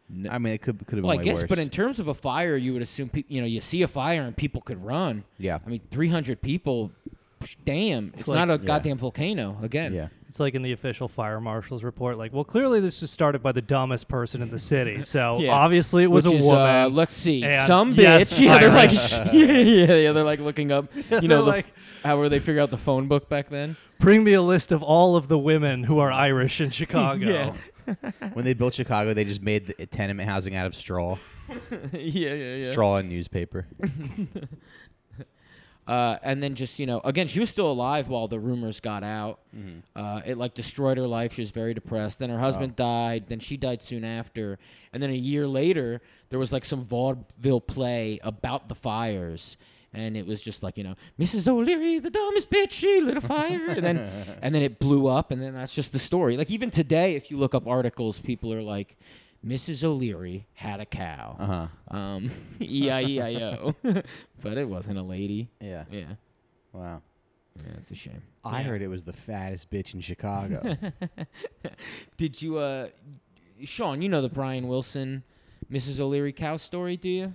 No- I mean, it could could have well, I been way guess, worse. but in terms of a fire, you would assume people, you know, you see a fire and people could run. Yeah. I mean, 300 people. psh, Damn, it's, like- not a Yeah. goddamn volcano again. yeah. It's like in the official fire marshal's report. Like, well, clearly this was started by the dumbest person in the city. So Yeah. obviously it was Which a is, woman. Uh, let's see, and some yes, bitch. Yeah, they're like, Irish. yeah, yeah, yeah, they're like looking up. You know, the, They're f- how were they figure out the phone book back then? Bring me a list of all of the women who are Irish in Chicago. Yeah. When they built Chicago, they just made the tenement housing out of straw, yeah, yeah, yeah. straw and newspaper. Uh, and then just you know, again, she was still alive while the rumors got out. Uh, it like destroyed her life. She was very depressed. Then her husband died. Then she died soon after. And then a year later, there was like some vaudeville play about the fires. And it was just like you know, Mrs. O'Leary, the dumbest bitch, she lit a fire, and then, and then it blew up, and then that's just the story. Like even today, if you look up articles, people are like, Mrs. O'Leary had a cow. Uh huh. Um, E I E I O. But it wasn't a lady. Yeah. Yeah. Wow. Yeah, it's a shame. I Yeah. heard it was the fattest bitch in Chicago. Did you, uh, Sean, you know the Brian Wilson, Mrs. O'Leary cow story, do you?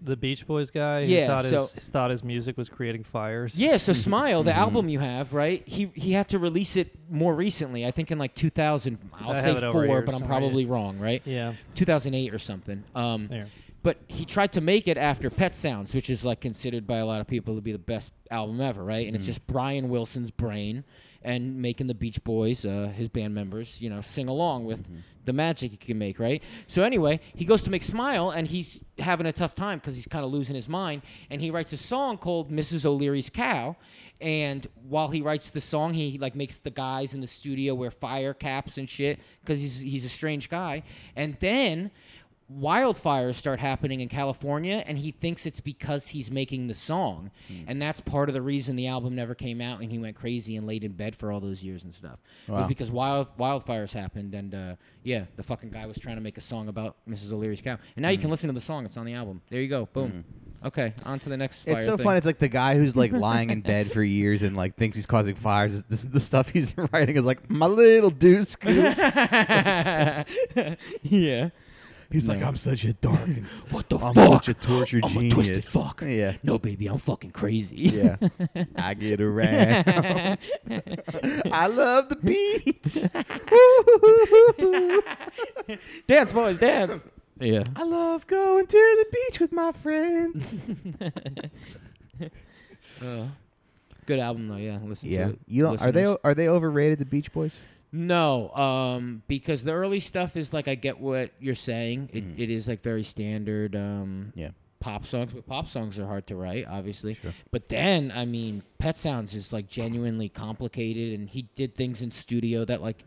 The Beach Boys guy. Yeah, Who thought so- his, his thought his music was creating fires. Yeah, so Smile, Mm-hmm. the album you have, right? He he had to release it more recently. I think in like 2000. I'll I have say it over four, here but I'm somewhere, probably wrong, right? Yeah. 2008 or something. Um, There. but he tried to make it after Pet Sounds, which is like considered by a lot of people to be the best album ever, right? And it's just Brian Wilson's brain and making the Beach Boys, uh, his band members, you know, sing along with the magic he can make, right? So anyway, he goes to make Smile, and he's having a tough time because he's kind of losing his mind, and he writes a song called Mrs. O'Leary's Cow, and while he writes the song, he like makes the guys in the studio wear fire caps and shit because he's he's a strange guy, and then wildfires start happening in California, and he thinks it's because he's making the song, Hmm. and that's part of the reason the album never came out, and he went crazy and laid in bed for all those years and stuff. It was Wow. because wild wildfires happened, and uh, yeah, the fucking guy was trying to make a song about Mrs. O'Leary's cow, and Hmm. now you can listen to the song; it's on the album. There you go, boom. Okay, on to the next. Fire It's so thing. fun. It's like the guy who's like lying in bed for years and like thinks he's causing fires. This is the stuff he's writing is like my little deuce. yeah. He's like No. I'm such a dark. And What the I'm fuck? such a tortured I'm a genius. twisted fuck. Yeah. No, baby, I'm fucking crazy. Yeah. I get around. I love the beach. dance, boys, dance. Yeah. I love going to the beach with my friends. Uh, good album though, yeah. Listen to Yeah. it. You don't- are they listeners. are they overrated the Beach Boys? No, um, because the early stuff is like I get what you're saying. It, Mm. it is like very standard um, Yeah. pop songs, but pop songs are hard to write, obviously. Sure. But then, I mean, Pet Sounds is like genuinely complicated, and he did things in studio that like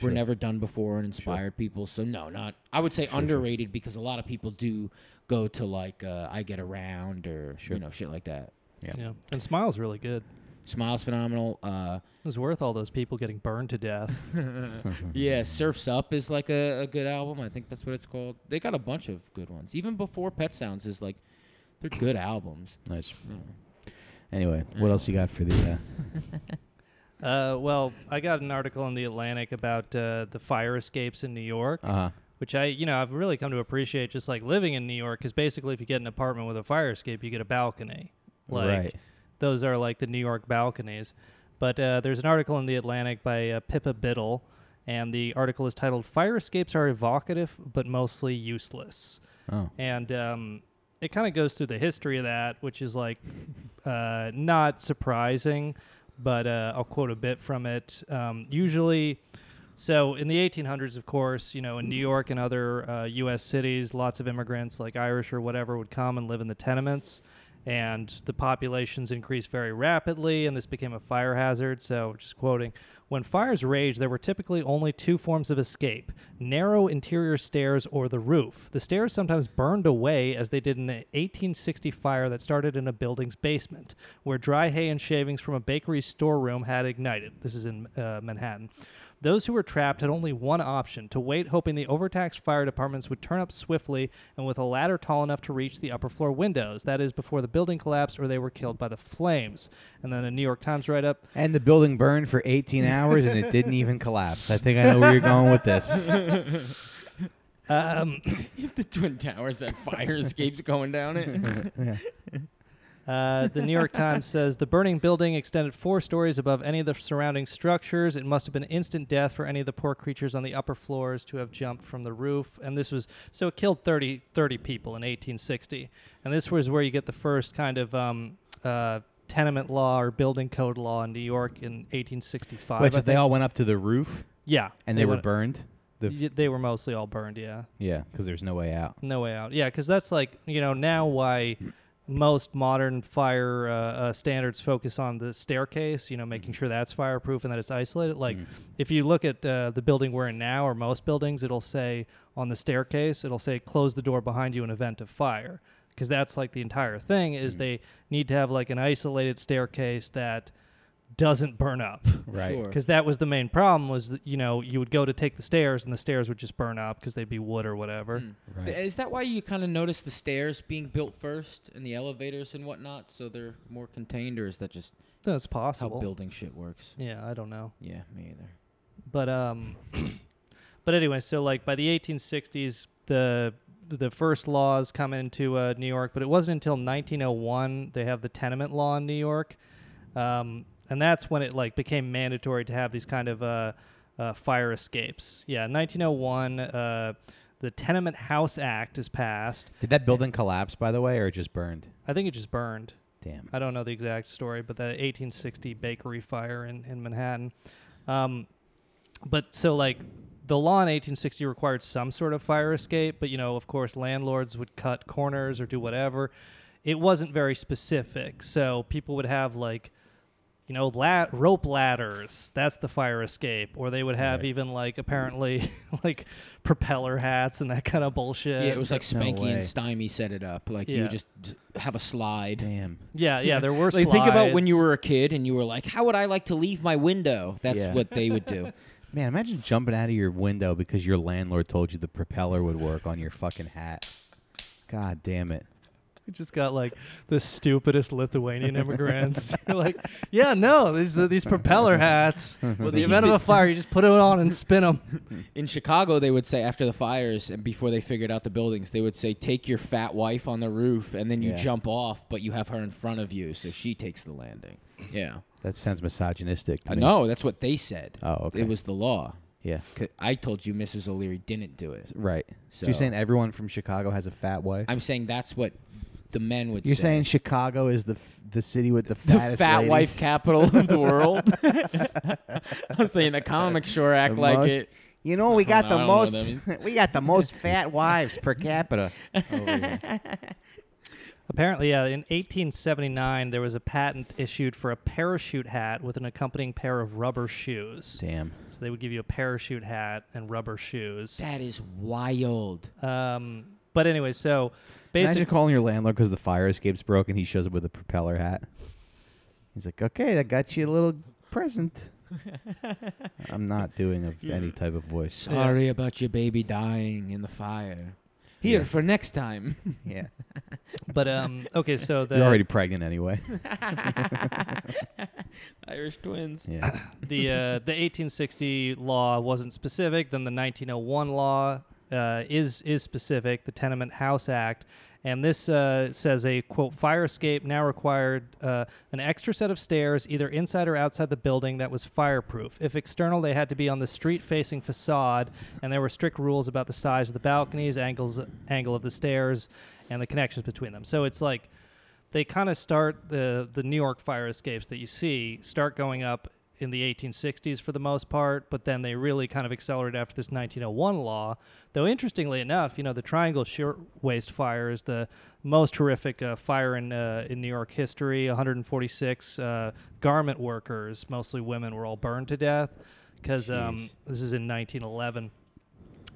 Sure. were never done before and inspired people. So no, not I would say underrated because a lot of people do go to like uh, I Get Around or Sure. you know shit like that. Yeah. And Smile's really good. Smiles phenomenal. Uh, It was worth all those people getting burned to death. Mm-hmm. Yeah, Surfs Up is like a, a good album. I think that's what it's called. They got a bunch of good ones. Even before Pet Sounds is like they're good albums. Nice. Yeah. Anyway, what else you got for the? Uh, Uh, well, I got an article in the Atlantic about uh, the fire escapes in New York, Uh-huh. uh which I, you know, I've really come to appreciate just like living in New York because basically, if you get an apartment with a fire escape, you get a balcony. Like Right. those are like the New York balconies. But uh, there's an article in the Atlantic by uh, Pippa Biddle, and the article is titled "Fire Escapes Are Evocative but Mostly Useless." Oh. and um, it kind of goes through the history of that, which is like uh, not surprising, but uh, I'll quote a bit from it. Um, usually, so in the 1800s, of course, you know, in New York and other uh, U.S. cities, lots of immigrants, like Irish or whatever, would come and live in the tenements. And the populations increased very rapidly, and this became a fire hazard. So, just quoting When fires raged, there were typically only two forms of escape narrow interior stairs or the roof. The stairs sometimes burned away, as they did in an 1860 fire that started in a building's basement, where dry hay and shavings from a bakery's storeroom had ignited. This is in uh, Manhattan. Those who were trapped had only one option to wait, hoping the overtaxed fire departments would turn up swiftly and with a ladder tall enough to reach the upper floor windows. That is, before the building collapsed or they were killed by the flames. And then a New York Times write up And the building burned for 18 hours and it didn't even collapse. I think I know where you're going with this. um, If the Twin Towers had fire escapes going down it. Uh, the New York Times says the burning building extended four stories above any of the surrounding structures. It must have been instant death for any of the poor creatures on the upper floors to have jumped from the roof. And this was so it killed 30, 30 people in 1860. And this was where you get the first kind of um, uh, tenement law or building code law in New York in 1865. Which I if they think. all went up to the roof yeah, and they, were went- burned. The y- They were mostly all burned. Yeah. yeah, because there's no way out. No way out. Yeah, because that's like you know now why most modern fire uh, uh, standards focus on the staircase. You know, making sure that's fireproof and that it's isolated. Like if you look at uh, the building we're in now, or most buildings, it'll say on the staircase, it'll say close the door behind you in event of fire. Because that's like the entire thing is they need to have like an isolated staircase that doesn't burn up. Right. Sure. Because that was the main problem was that you know you would go to take the stairs and the stairs would just burn up because they'd be wood or whatever. Mm. Right. Th- Is that why you kind of notice the stairs being built first and the elevators and whatnot, so they're more contained, or is that just That's how possible. building shit works? yeah, I don't know. Yeah, me either. But um, but anyway, so like by the 1860s, the the first laws come into uh, New York, but it wasn't until 1901 they have the tenement law in New York, um, and that's when it like became mandatory to have these kind of uh, uh, fire escapes. Yeah, 1901, uh, the Tenement House Act is passed. Did that building collapse, by the way, or it just burned? I think it just burned. Damn. I don't know the exact story, but the 1860 bakery fire in, in Manhattan. Um, but so, like, the law in 1860 required some sort of fire escape, but, you know, of course, landlords would cut corners or do whatever. It wasn't very specific. So people would have, like, you know, la- rope ladders. That's the fire escape. Or they would have Right. even, like, apparently, like, propeller hats and that kind of bullshit. yeah, it was like Uh, no Spanky way. and Stymie set it up. Like you Yeah. would just d- have a slide. Damn. yeah, yeah, there were Like think about when you slides. were a kid and you were like, "How would I like to leave my window?" That's Yeah. what they would do. Man, imagine jumping out of your window because your landlord told you the propeller would work on your fucking hat. God damn it. We just got like the stupidest Lithuanian immigrants. You're like, yeah, no, these are these propeller hats. Well, they the event of used a fire, you just put it on and spin them. In Chicago, they would say after the fires and before they figured out the buildings, they would say, "Take your fat wife on the roof, and then you Yeah. jump off, but you have her in front of you, so she takes the landing." Yeah. That sounds misogynistic. To Uh, me. no, that's what they said. Oh, okay. It was the law. Yeah. 'Cause I told you Mrs. O'Leary didn't do it. Right. So, So, you're saying everyone from Chicago has a fat wife? I'm saying that's what the men would you're say. saying Chicago is the f- the city with the the fattest fat ladies? wife capital of the world. I'm saying the comic sure act Uh, The like most- it. You know, we I got don't the know what most. that we got the most fat wives per capita. over here. Apparently, yeah, in 1879, there was a patent issued for a parachute hat with an accompanying pair of rubber shoes. Damn. So they would give you a parachute hat and rubber shoes. That is wild. Um, but anyway, so Imagine basically, calling your landlord because the fire escape's broken. He shows up with a propeller hat. He's like, "Okay, I got you a little present." I'm not doing a, any type of voice. Sorry about your baby dying in the fire. Here Yeah. for next time. Yeah, but um, okay, so the you're already pregnant anyway. Irish twins. Yeah, the uh, the 1860 law wasn't specific. Then the 1901 law uh, is is specific. The Tenement House Act, and this uh, says a quote fire escape now required uh, an extra set of stairs either inside or outside the building that was fireproof. If external, they had to be on the street facing facade, and there were strict rules about the size of the balconies, angles angle of the stairs, and the connections between them. So it's like they kind of start the the New York fire escapes that you see start going up in the 1860s for the most part, but then they really kind of accelerate after this 1901 law. Though interestingly enough, you know the Triangle Shirtwaist Fire is the most horrific uh, fire in uh, in New York history. 146 uh, garment workers, mostly women, were all burned to death because um, Jeez. this is in 1911.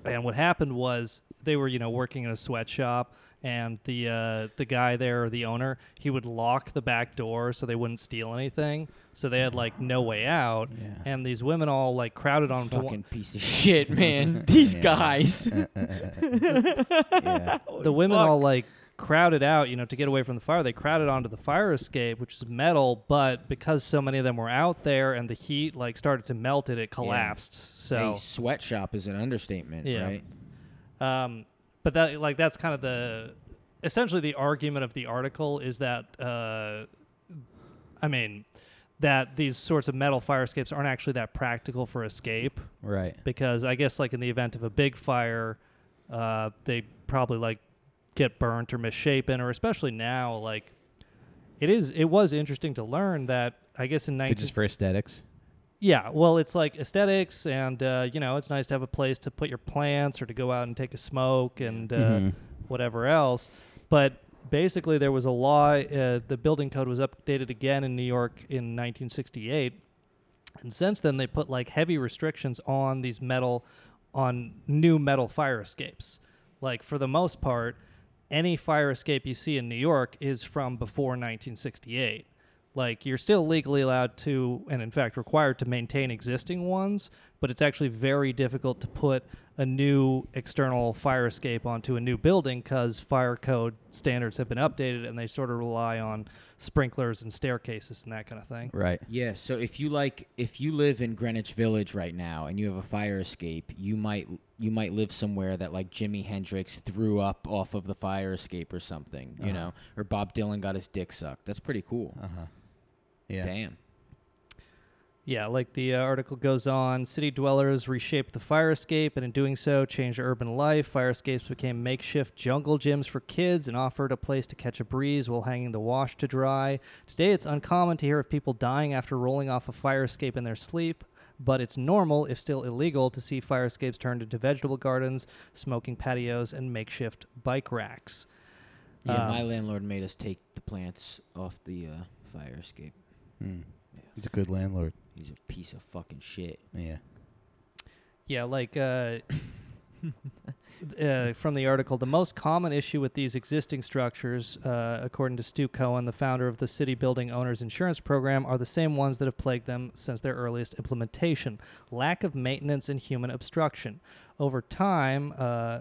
And what happened was they were, you know, working in a sweatshop, and the uh, the guy there, or the owner, he would lock the back door so they wouldn't steal anything. So they had like no way out, Yeah. and these women all like crowded on to Fucking one. piece of shit, man. These Yeah. guys. yeah. The women all like crowded out, you know, to get away from the fire. They crowded onto the fire escape, which is metal, but because so many of them were out there and the heat like started to melt it, it collapsed. So A sweatshop is an understatement, Yeah. right? Um, but that like that's kind of the essentially the argument of the article is that uh, I mean that these sorts of metal fire escapes aren't actually that practical for escape Right. because I guess like in the event of a big fire, uh, they probably like get burnt or misshapen or especially now like it is it was interesting to learn that I guess in 19- But just for aesthetics. yeah, well, it's like aesthetics, and uh, you know, it's nice to have a place to put your plants or to go out and take a smoke and uh, Mhm. whatever else. But basically, there was a law. Uh, the building code was updated again in New York in 1968, and since then they put like heavy restrictions on these metal, on new metal fire escapes. Like for the most part, any fire escape you see in New York is from before 1968. Like you're still legally allowed to, and in fact required to maintain existing ones, but it's actually very difficult to put a new external fire escape onto a new building because fire code standards have been updated and they sort of rely on sprinklers and staircases and that kind of thing. Right. Yeah, so if you like if you live in Greenwich Village right now and you have a fire escape, you might you might live somewhere that like Jimi Hendrix threw up off of the fire escape or something, you know, or Bob Dylan got his dick sucked. That's pretty cool. Uh huh. Yeah. Damn. Yeah, like the uh, article goes on, city dwellers reshaped the fire escape and in doing so changed urban life. Fire escapes became makeshift jungle gyms for kids and offered a place to catch a breeze while hanging the wash to dry. Today it's uncommon to hear of people dying after rolling off a fire escape in their sleep, but it's normal, if still illegal, to see fire escapes turned into vegetable gardens, smoking patios, and makeshift bike racks. Yeah, Um, my landlord made us take the plants off the uh, fire escape. Hmm. Yeah. He's a good landlord. He's a piece of fucking shit. Yeah. Yeah, like uh, uh, from the article, the most common issue with these existing structures, uh, according to Stu Cohen, the founder of the City Building Owners Insurance Program, are the same ones that have plagued them since their earliest implementation lack of maintenance and human obstruction. Over time, uh,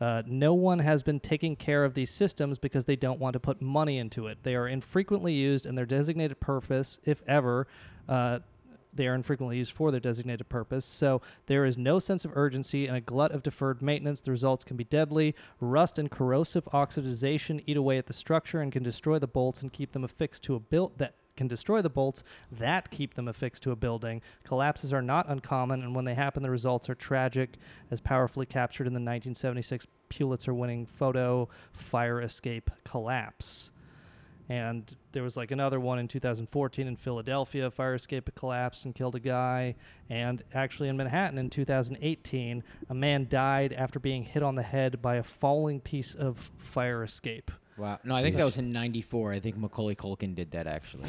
uh, no one has been taking care of these systems because they don't want to put money into it. They are infrequently used, and their designated purpose, if ever, uh, they are infrequently used for their designated purpose. So there is no sense of urgency and a glut of deferred maintenance. The results can be deadly. Rust and corrosive oxidization eat away at the structure and can destroy the bolts and keep them affixed to a built that can destroy the bolts that keep them affixed to a building. Collapses are not uncommon, and when they happen, the results are tragic, as powerfully captured in the 1976 Pulitzer-winning photo "Fire Escape Collapse." And there was like another one in 2014 in Philadelphia. A fire escape collapsed and killed a guy. And actually in Manhattan in 2018, a man died after being hit on the head by a falling piece of fire escape. Wow. No, I think that Jeez. was in 94. I think Macaulay Culkin did that actually.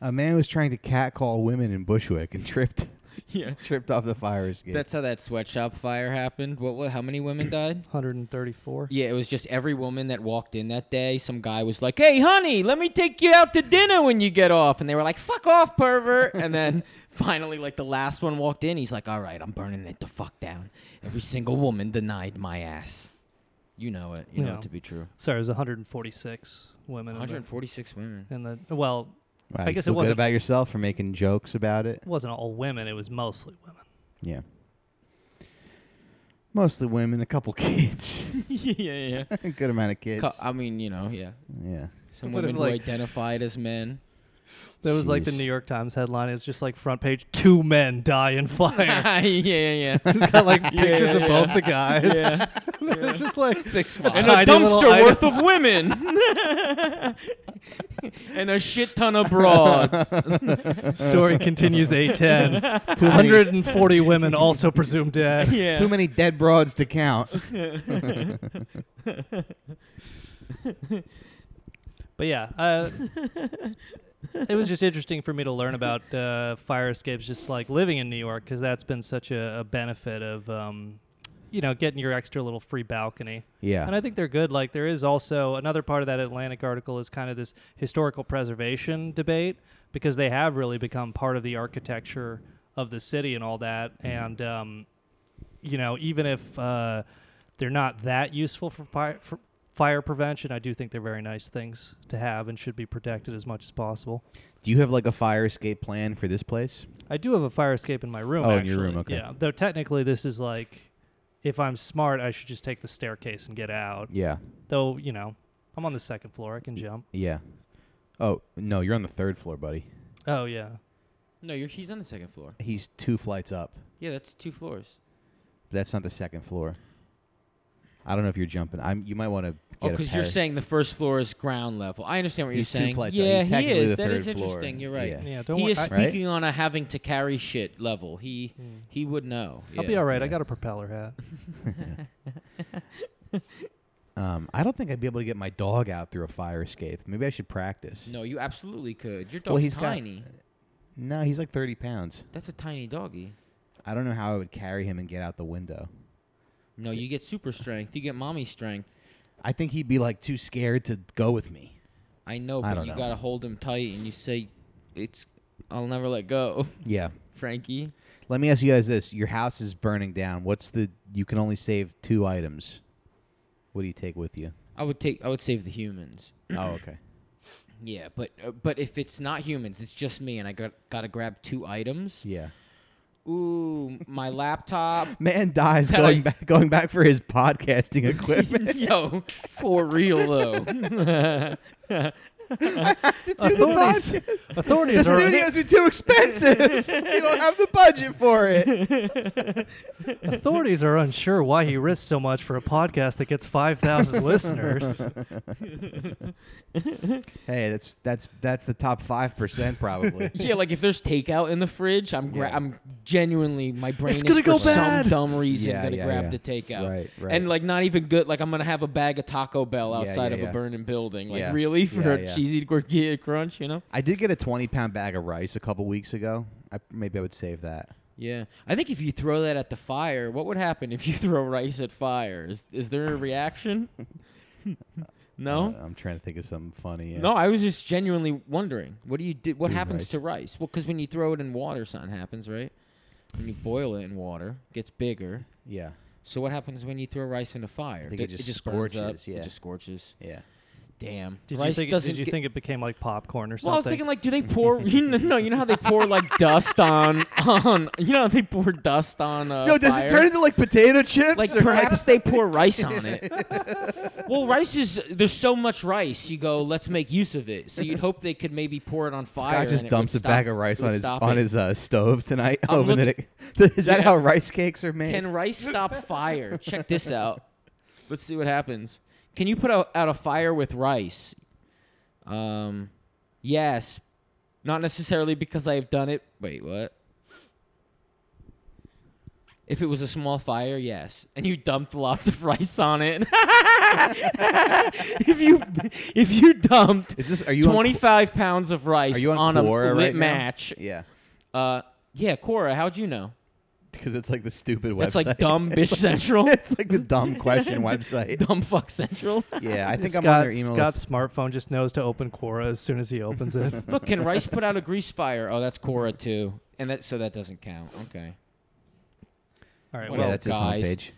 A man was trying to catcall women in Bushwick and tripped yeah. tripped off the fire escape. That's how that sweatshop fire happened. What, what how many women died? 134. Yeah, it was just every woman that walked in that day. Some guy was like, "Hey, honey, let me take you out to dinner when you get off," and they were like, "Fuck off, pervert!" and then finally, like the last one walked in, he's like, "All right, I'm burning it the fuck down." Every single woman denied my ass. You know it. You know Yeah. it to be true. Sorry, it was 146 women. in the- 146 women. In the, well, Wow, I you guess it feel good wasn't- about yourself for making jokes about it. it wasn't all women. It was mostly women. Yeah. Mostly women, a couple kids, yeah, yeah. a good amount of kids. Co- I mean, you know, yeah. yeah. Some What if, women who like- identified as men. That was like the Jeez. New York Times headline. It's just like front page: two men die in fire. yeah, yeah, yeah. it's got like Yeah, pictures yeah, of yeah. both the guys. Yeah. it's just like and a Tiny little dumpster item. worth of women and a shit ton of broads. Story continues A10. Too many, 140 women also presumed dead. too yeah. many dead broads to count. But yeah, uh, it was just interesting for me to learn about uh, fire escapes, just like living in New York, because that's been such a, a benefit of, um, you know, getting your extra little free balcony. Yeah. And I think they're good. Like there is also another part of that Atlantic article is kind of this historical preservation debate because they have really become part of the architecture of the city and all that. Mm-hmm. And um, you know, even if uh, they're not that useful for, fi- for fire prevention, I do think they're very nice things to have and should be protected as much as possible. Do you have like a fire escape plan for this place? I do have a fire escape in my room. Oh, in actually. your room, okay. Yeah. Though technically, this is like, if I'm smart, I should just take the staircase and get out Yeah. though you know i'm on the second floor i can jump Yeah. Oh, no, you're on the third floor, buddy. oh yeah No, you're, he's on the second floor. He's two flights up. Yeah, that's two floors. That's not the second floor. I don't know if you're jumping. I'm. You might want to. Oh, because you're saying the first floor is ground level. I understand what He's two you're saying. flights up. yeah, He's he technically is. the That is third floor. interesting. You're right. Yeah. yeah don't he worry is I- Right? speaking on a having to carry shit level. He Mm. he would know. i'll Yeah. be all right i yeah. got a propeller hat Um, I don't think I'd be able to get my dog out through a fire escape. Maybe I should practice. No, you absolutely could. Your dog's Well, he's got- tiny. No, he's like 30 pounds. that's a tiny doggy. I don't know how I would carry him and get out the window. No, you get super strength. You get mommy strength. I think he'd be like too scared to go with me. I know, I but don't you know. gotta hold him tight, and you say, "It's, I'll never let go, Yeah. Frankie." Let me ask you guys this: Your house is burning down. What's the? You can only save two items. What do you take with you? I would take, I would save the humans. Oh, okay. Yeah, but uh, but if it's not humans, it's just me, and I got gotta grab two items. Yeah. Ooh, my laptop. Man dies That going I- back going back for his podcasting equipment. Yo, for real though. to do the Authorities, podcast. The authorities are studios are too expensive. you don't have the budget for it. authorities are unsure why he risks so much for a podcast that gets five thousand listeners. Hey, that's that's that's the top five percent probably. yeah, like if there's takeout in the fridge, I'm gra- Yeah. I'm genuinely my brain is It's gonna for go some bad. dumb reason Yeah, gonna yeah, grab yeah. the takeout. Right, right. And like not even good. Like I'm gonna have a bag of Taco Bell Yeah, outside yeah, of yeah. a burning building. Like Yeah. really for Yeah, a yeah. cheesy tortilla crunch, you know? I did get a twenty pound bag of rice a couple weeks ago. I maybe I would save that. Yeah, I think if you throw that at the fire, what would happen if you throw rice at fire? Is is there a reaction? no. Uh, I'm trying to think of something funny. yeah. No, I was just genuinely wondering. What do you do? What Do happens rice. to rice? Well, because when you throw it in water, something happens, right? When you boil it in water, it gets bigger. Yeah. So what happens when you throw rice in a fire? think D- it just burns up, scorches, yeah. It just scorches. Yeah. Damn. Did rice you think? doesn't Did you get- think it became like popcorn or something? Well, I was thinking like, do they pour? You know, no, you know how they pour like dust on on. You know how they pour dust on. Uh, Yo, does fire? it turn into like potato chips? Like or perhaps they pour rice on it. well, rice is there's so much rice. You go, let's make use of it. So you'd hope they could maybe pour it on fire. Scott just and it dumps a would stop- bag of rice would on his stop on it. his uh, stove tonight, I'm hoping that it. Is that Yeah. how rice cakes are made? Can rice stop fire? Check this out. Let's see what happens. Can you put out, out a fire with rice? Um, yes. Not necessarily because I have done it. Wait, what? If it was a small fire, yes. And you dumped lots of rice on it. if you if you dumped Is this are you on- 25 pounds of rice Are you on a Quora lit right now? match, yeah, uh, yeah, Quora, how'd you know? because it's like the stupid website. That's like dumb bitch central. it's like the dumb question website. Dumb fuck central. Yeah, I think Scott's, I'm on their email list. Scott's smartphone just knows to open Quora as soon as he opens it. Look, can Rice put out a grease fire? Oh, that's Cora too, and that so that doesn't count. Okay. All right. Yeah, Well, that's his guys. homepage.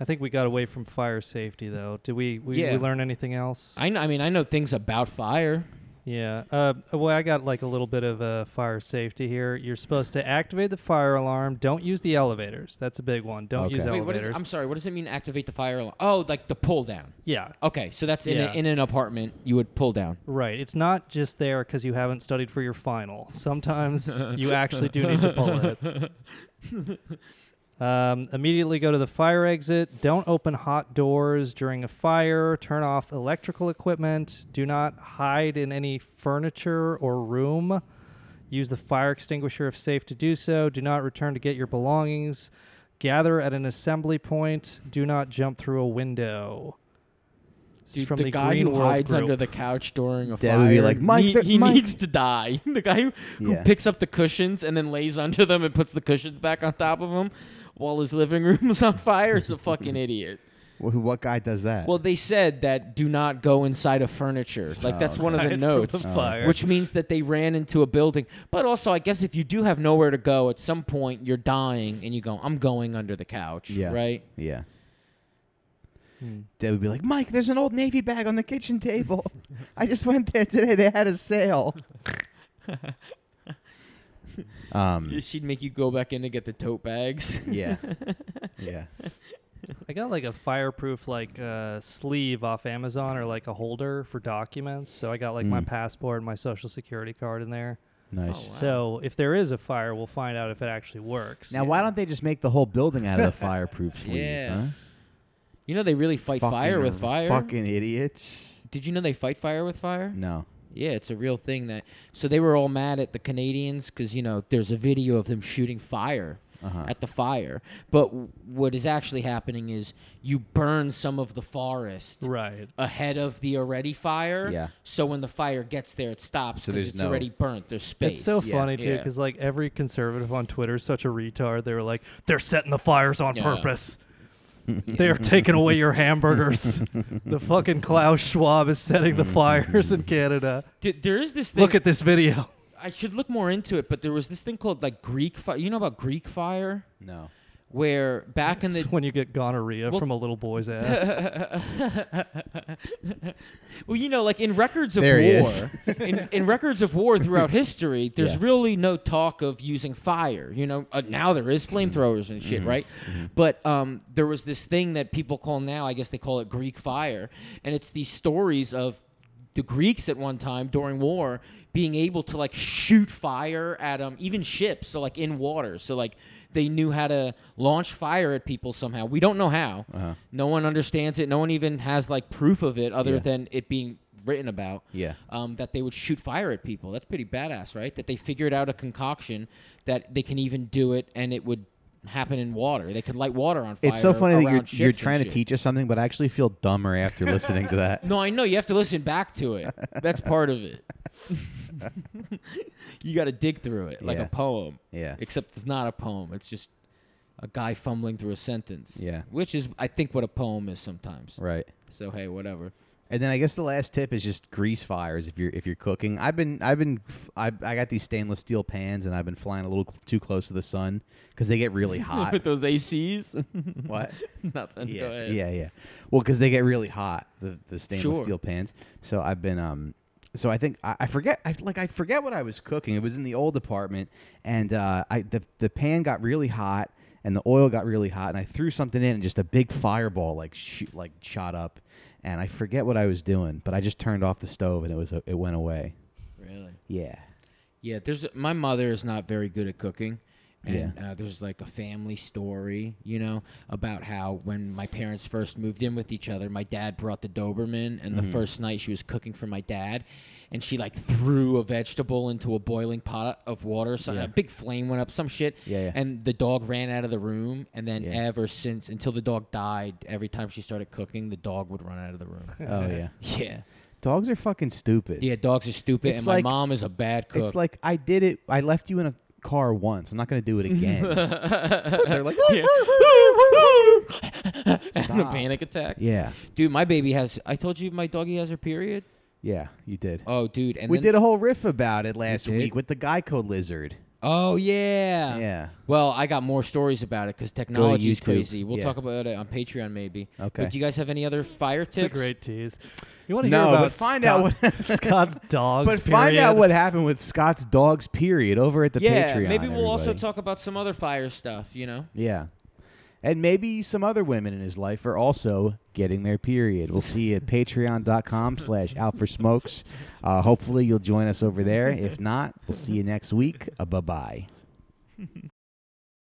I think we got away from fire safety though. Did we? We, Yeah. we learn anything else? I, kn- I mean I know things about fire. yeah. Uh, well, I got like a little bit of uh, fire safety here. You're supposed to activate the fire alarm. Don't use the elevators. That's a big one. Don't Okay. use Wait, Wait, elevators. what is? I'm sorry. What does it mean? Activate the fire alarm? Oh, like the pull down. yeah. Okay, so that's in Yeah. a, in an apartment. You would pull down. Right. It's not just there because you haven't studied for your final. Sometimes you actually do need to pull it. Um, immediately go to the fire exit. Don't open hot doors during a fire. Turn off electrical equipment. Do not hide in any furniture or room. Use the fire extinguisher if safe to do so. Do not return to get your belongings. Gather at an assembly point. Do not jump through a window. It's Dude, the, guy Green who World hides Group. under the couch during a That fire, would be like, Mike, he, there- he Mike. needs to die. The guy who, who Yeah. picks up the cushions and then lays under them and puts the cushions back on top of him while his living room is on fire is a fucking idiot. Well, who- what guy does that? Well, they said that do not go inside of furniture. Like that's Oh, one of Hide the from notes, fire. which means that they ran into a building. But also, I guess if you do have nowhere to go, at some point you're dying and you go, "I'm going under the couch," Yeah. right? yeah, Hmm. they would be like, Mike, there's an old navy bag on the kitchen table. I just went there today. They had a sale. um. She'd make you go back in to get the tote bags. Yeah. Yeah. I got like a fireproof like uh, sleeve off Amazon or like a holder for documents. So I got like my Hmm. Mm. passport and my social security card in there. Nice. Oh, wow. So if there is a fire, we'll find out if it actually works. Now, why don't they just make the whole building out of the fireproof sleeve? Yeah. huh? You know they really fight Fucking- fire with fire. Fucking idiots. Did you know they fight fire with fire? No. Yeah, it's a real thing that. So they were all mad at the Canadians because you know there's a video of them shooting fire Uh-huh. at the fire. But w- what is actually happening is you burn some of the forest Right. ahead of the already fire. Yeah. So when the fire gets there, it stops So because there's it's no- already burnt. There's space. It's so Yeah. funny too, Yeah. because like every conservative on Twitter is such a retard. They were like, "They're setting the fires on Yeah. purpose." They are taking away your hamburgers. the fucking Klaus Schwab is setting the fires in Canada. Th- there is this thing. Look at this video. I should look more into it, but there was this thing called like Greek fire. You know about Greek fire, No. where back in It's the when you get gonorrhea Well- from a little boy's ass. well, you know, like in records of There he is. war, in, in records of war throughout history, there's Yeah. really no talk of using fire. You know, uh, now there Mm-hmm. is flamethrowers and shit, right? But um, there was this thing that people call now, I guess they call it Greek fire, and it's these stories of the Greeks at one time during war being able to like shoot fire at um even ships, so like in water, so like they knew how to launch fire at people somehow. We don't know how. Uh-huh. No one understands it. No one even has like proof of it other Yeah. than it being written about. Yeah. Um, that they would shoot fire at people. That's pretty badass, right? That they figured out a concoction that they can even do it and it would happen in water. They could light water on fire. It's so funny that around you're, ships you're and trying to shit. teach us something, but I actually feel dumber after listening to that. No, I know. You have to listen back to it. That's part of it. you got to dig through it like Yeah. a poem. Yeah. Except it's not a poem. It's just a guy fumbling through a sentence. Yeah. Which is, I think, what a poem is sometimes. Right. So, hey, whatever. And then I guess the last tip is just grease fires if you're if you're cooking. I've been I've been f- I, I got these stainless steel pans and I've been flying a little cl- too close to the sun because they get really With hot. those ACs? what? Nothing. Go Yeah, ahead. yeah, yeah. Well, because they get really hot the the stainless Sure. steel pans. So I've been um. So I think I, I forget I like I forget what I was cooking. It was in the old apartment, and uh, I the the pan got really hot and the oil got really hot, and I threw something in and just a big fireball like shoot like shot up, and I forget what I was doing, but I just turned off the stove and it was it went away. Really? Yeah. Yeah, there's my mother is not very good at cooking. And Yeah. uh, there's like a family story, you know, about how when my parents first moved in with each other, my dad brought the Doberman, and Mm-hmm. the first night she was cooking for my dad, and she like threw a vegetable into a boiling pot of water, so Yeah. a big flame went up, some shit, Yeah, yeah. and the dog ran out of the room, and then Yeah. ever since until the dog died, every time she started cooking, the dog would run out of the room. Oh yeah. yeah, Dogs are fucking stupid. yeah, dogs are stupid, It's and like- my mom is a bad cook. It's like I did it. I left you in a car once. I'm not gonna do it again. They're like. Yeah. Having a Stop. panic attack. Yeah. Dude, my baby has. I told you my doggy has her period. Yeah. You did. Oh, dude, and we then, did a whole riff about it last did? week with the Geico lizard. Oh yeah. Yeah. Well, I got more stories about it because technology is YouTube. crazy. We'll Yeah. talk about it on Patreon maybe. Okay. But do you guys have any other fire It's a tips? great tease. You want to No, hear but about find out Scott, Scott's dogs? But find out period? what happened with Scott's dogs. Period. Over at the yeah. Patreon. maybe we'll also everybody. talk about some other fire stuff. You know. Yeah. And maybe some other women in his life are also getting their period. We'll see you at patreon.com slash out for smokes. Uh, hopefully you'll join us over there. If not, we'll see you next week. Uh, bye-bye.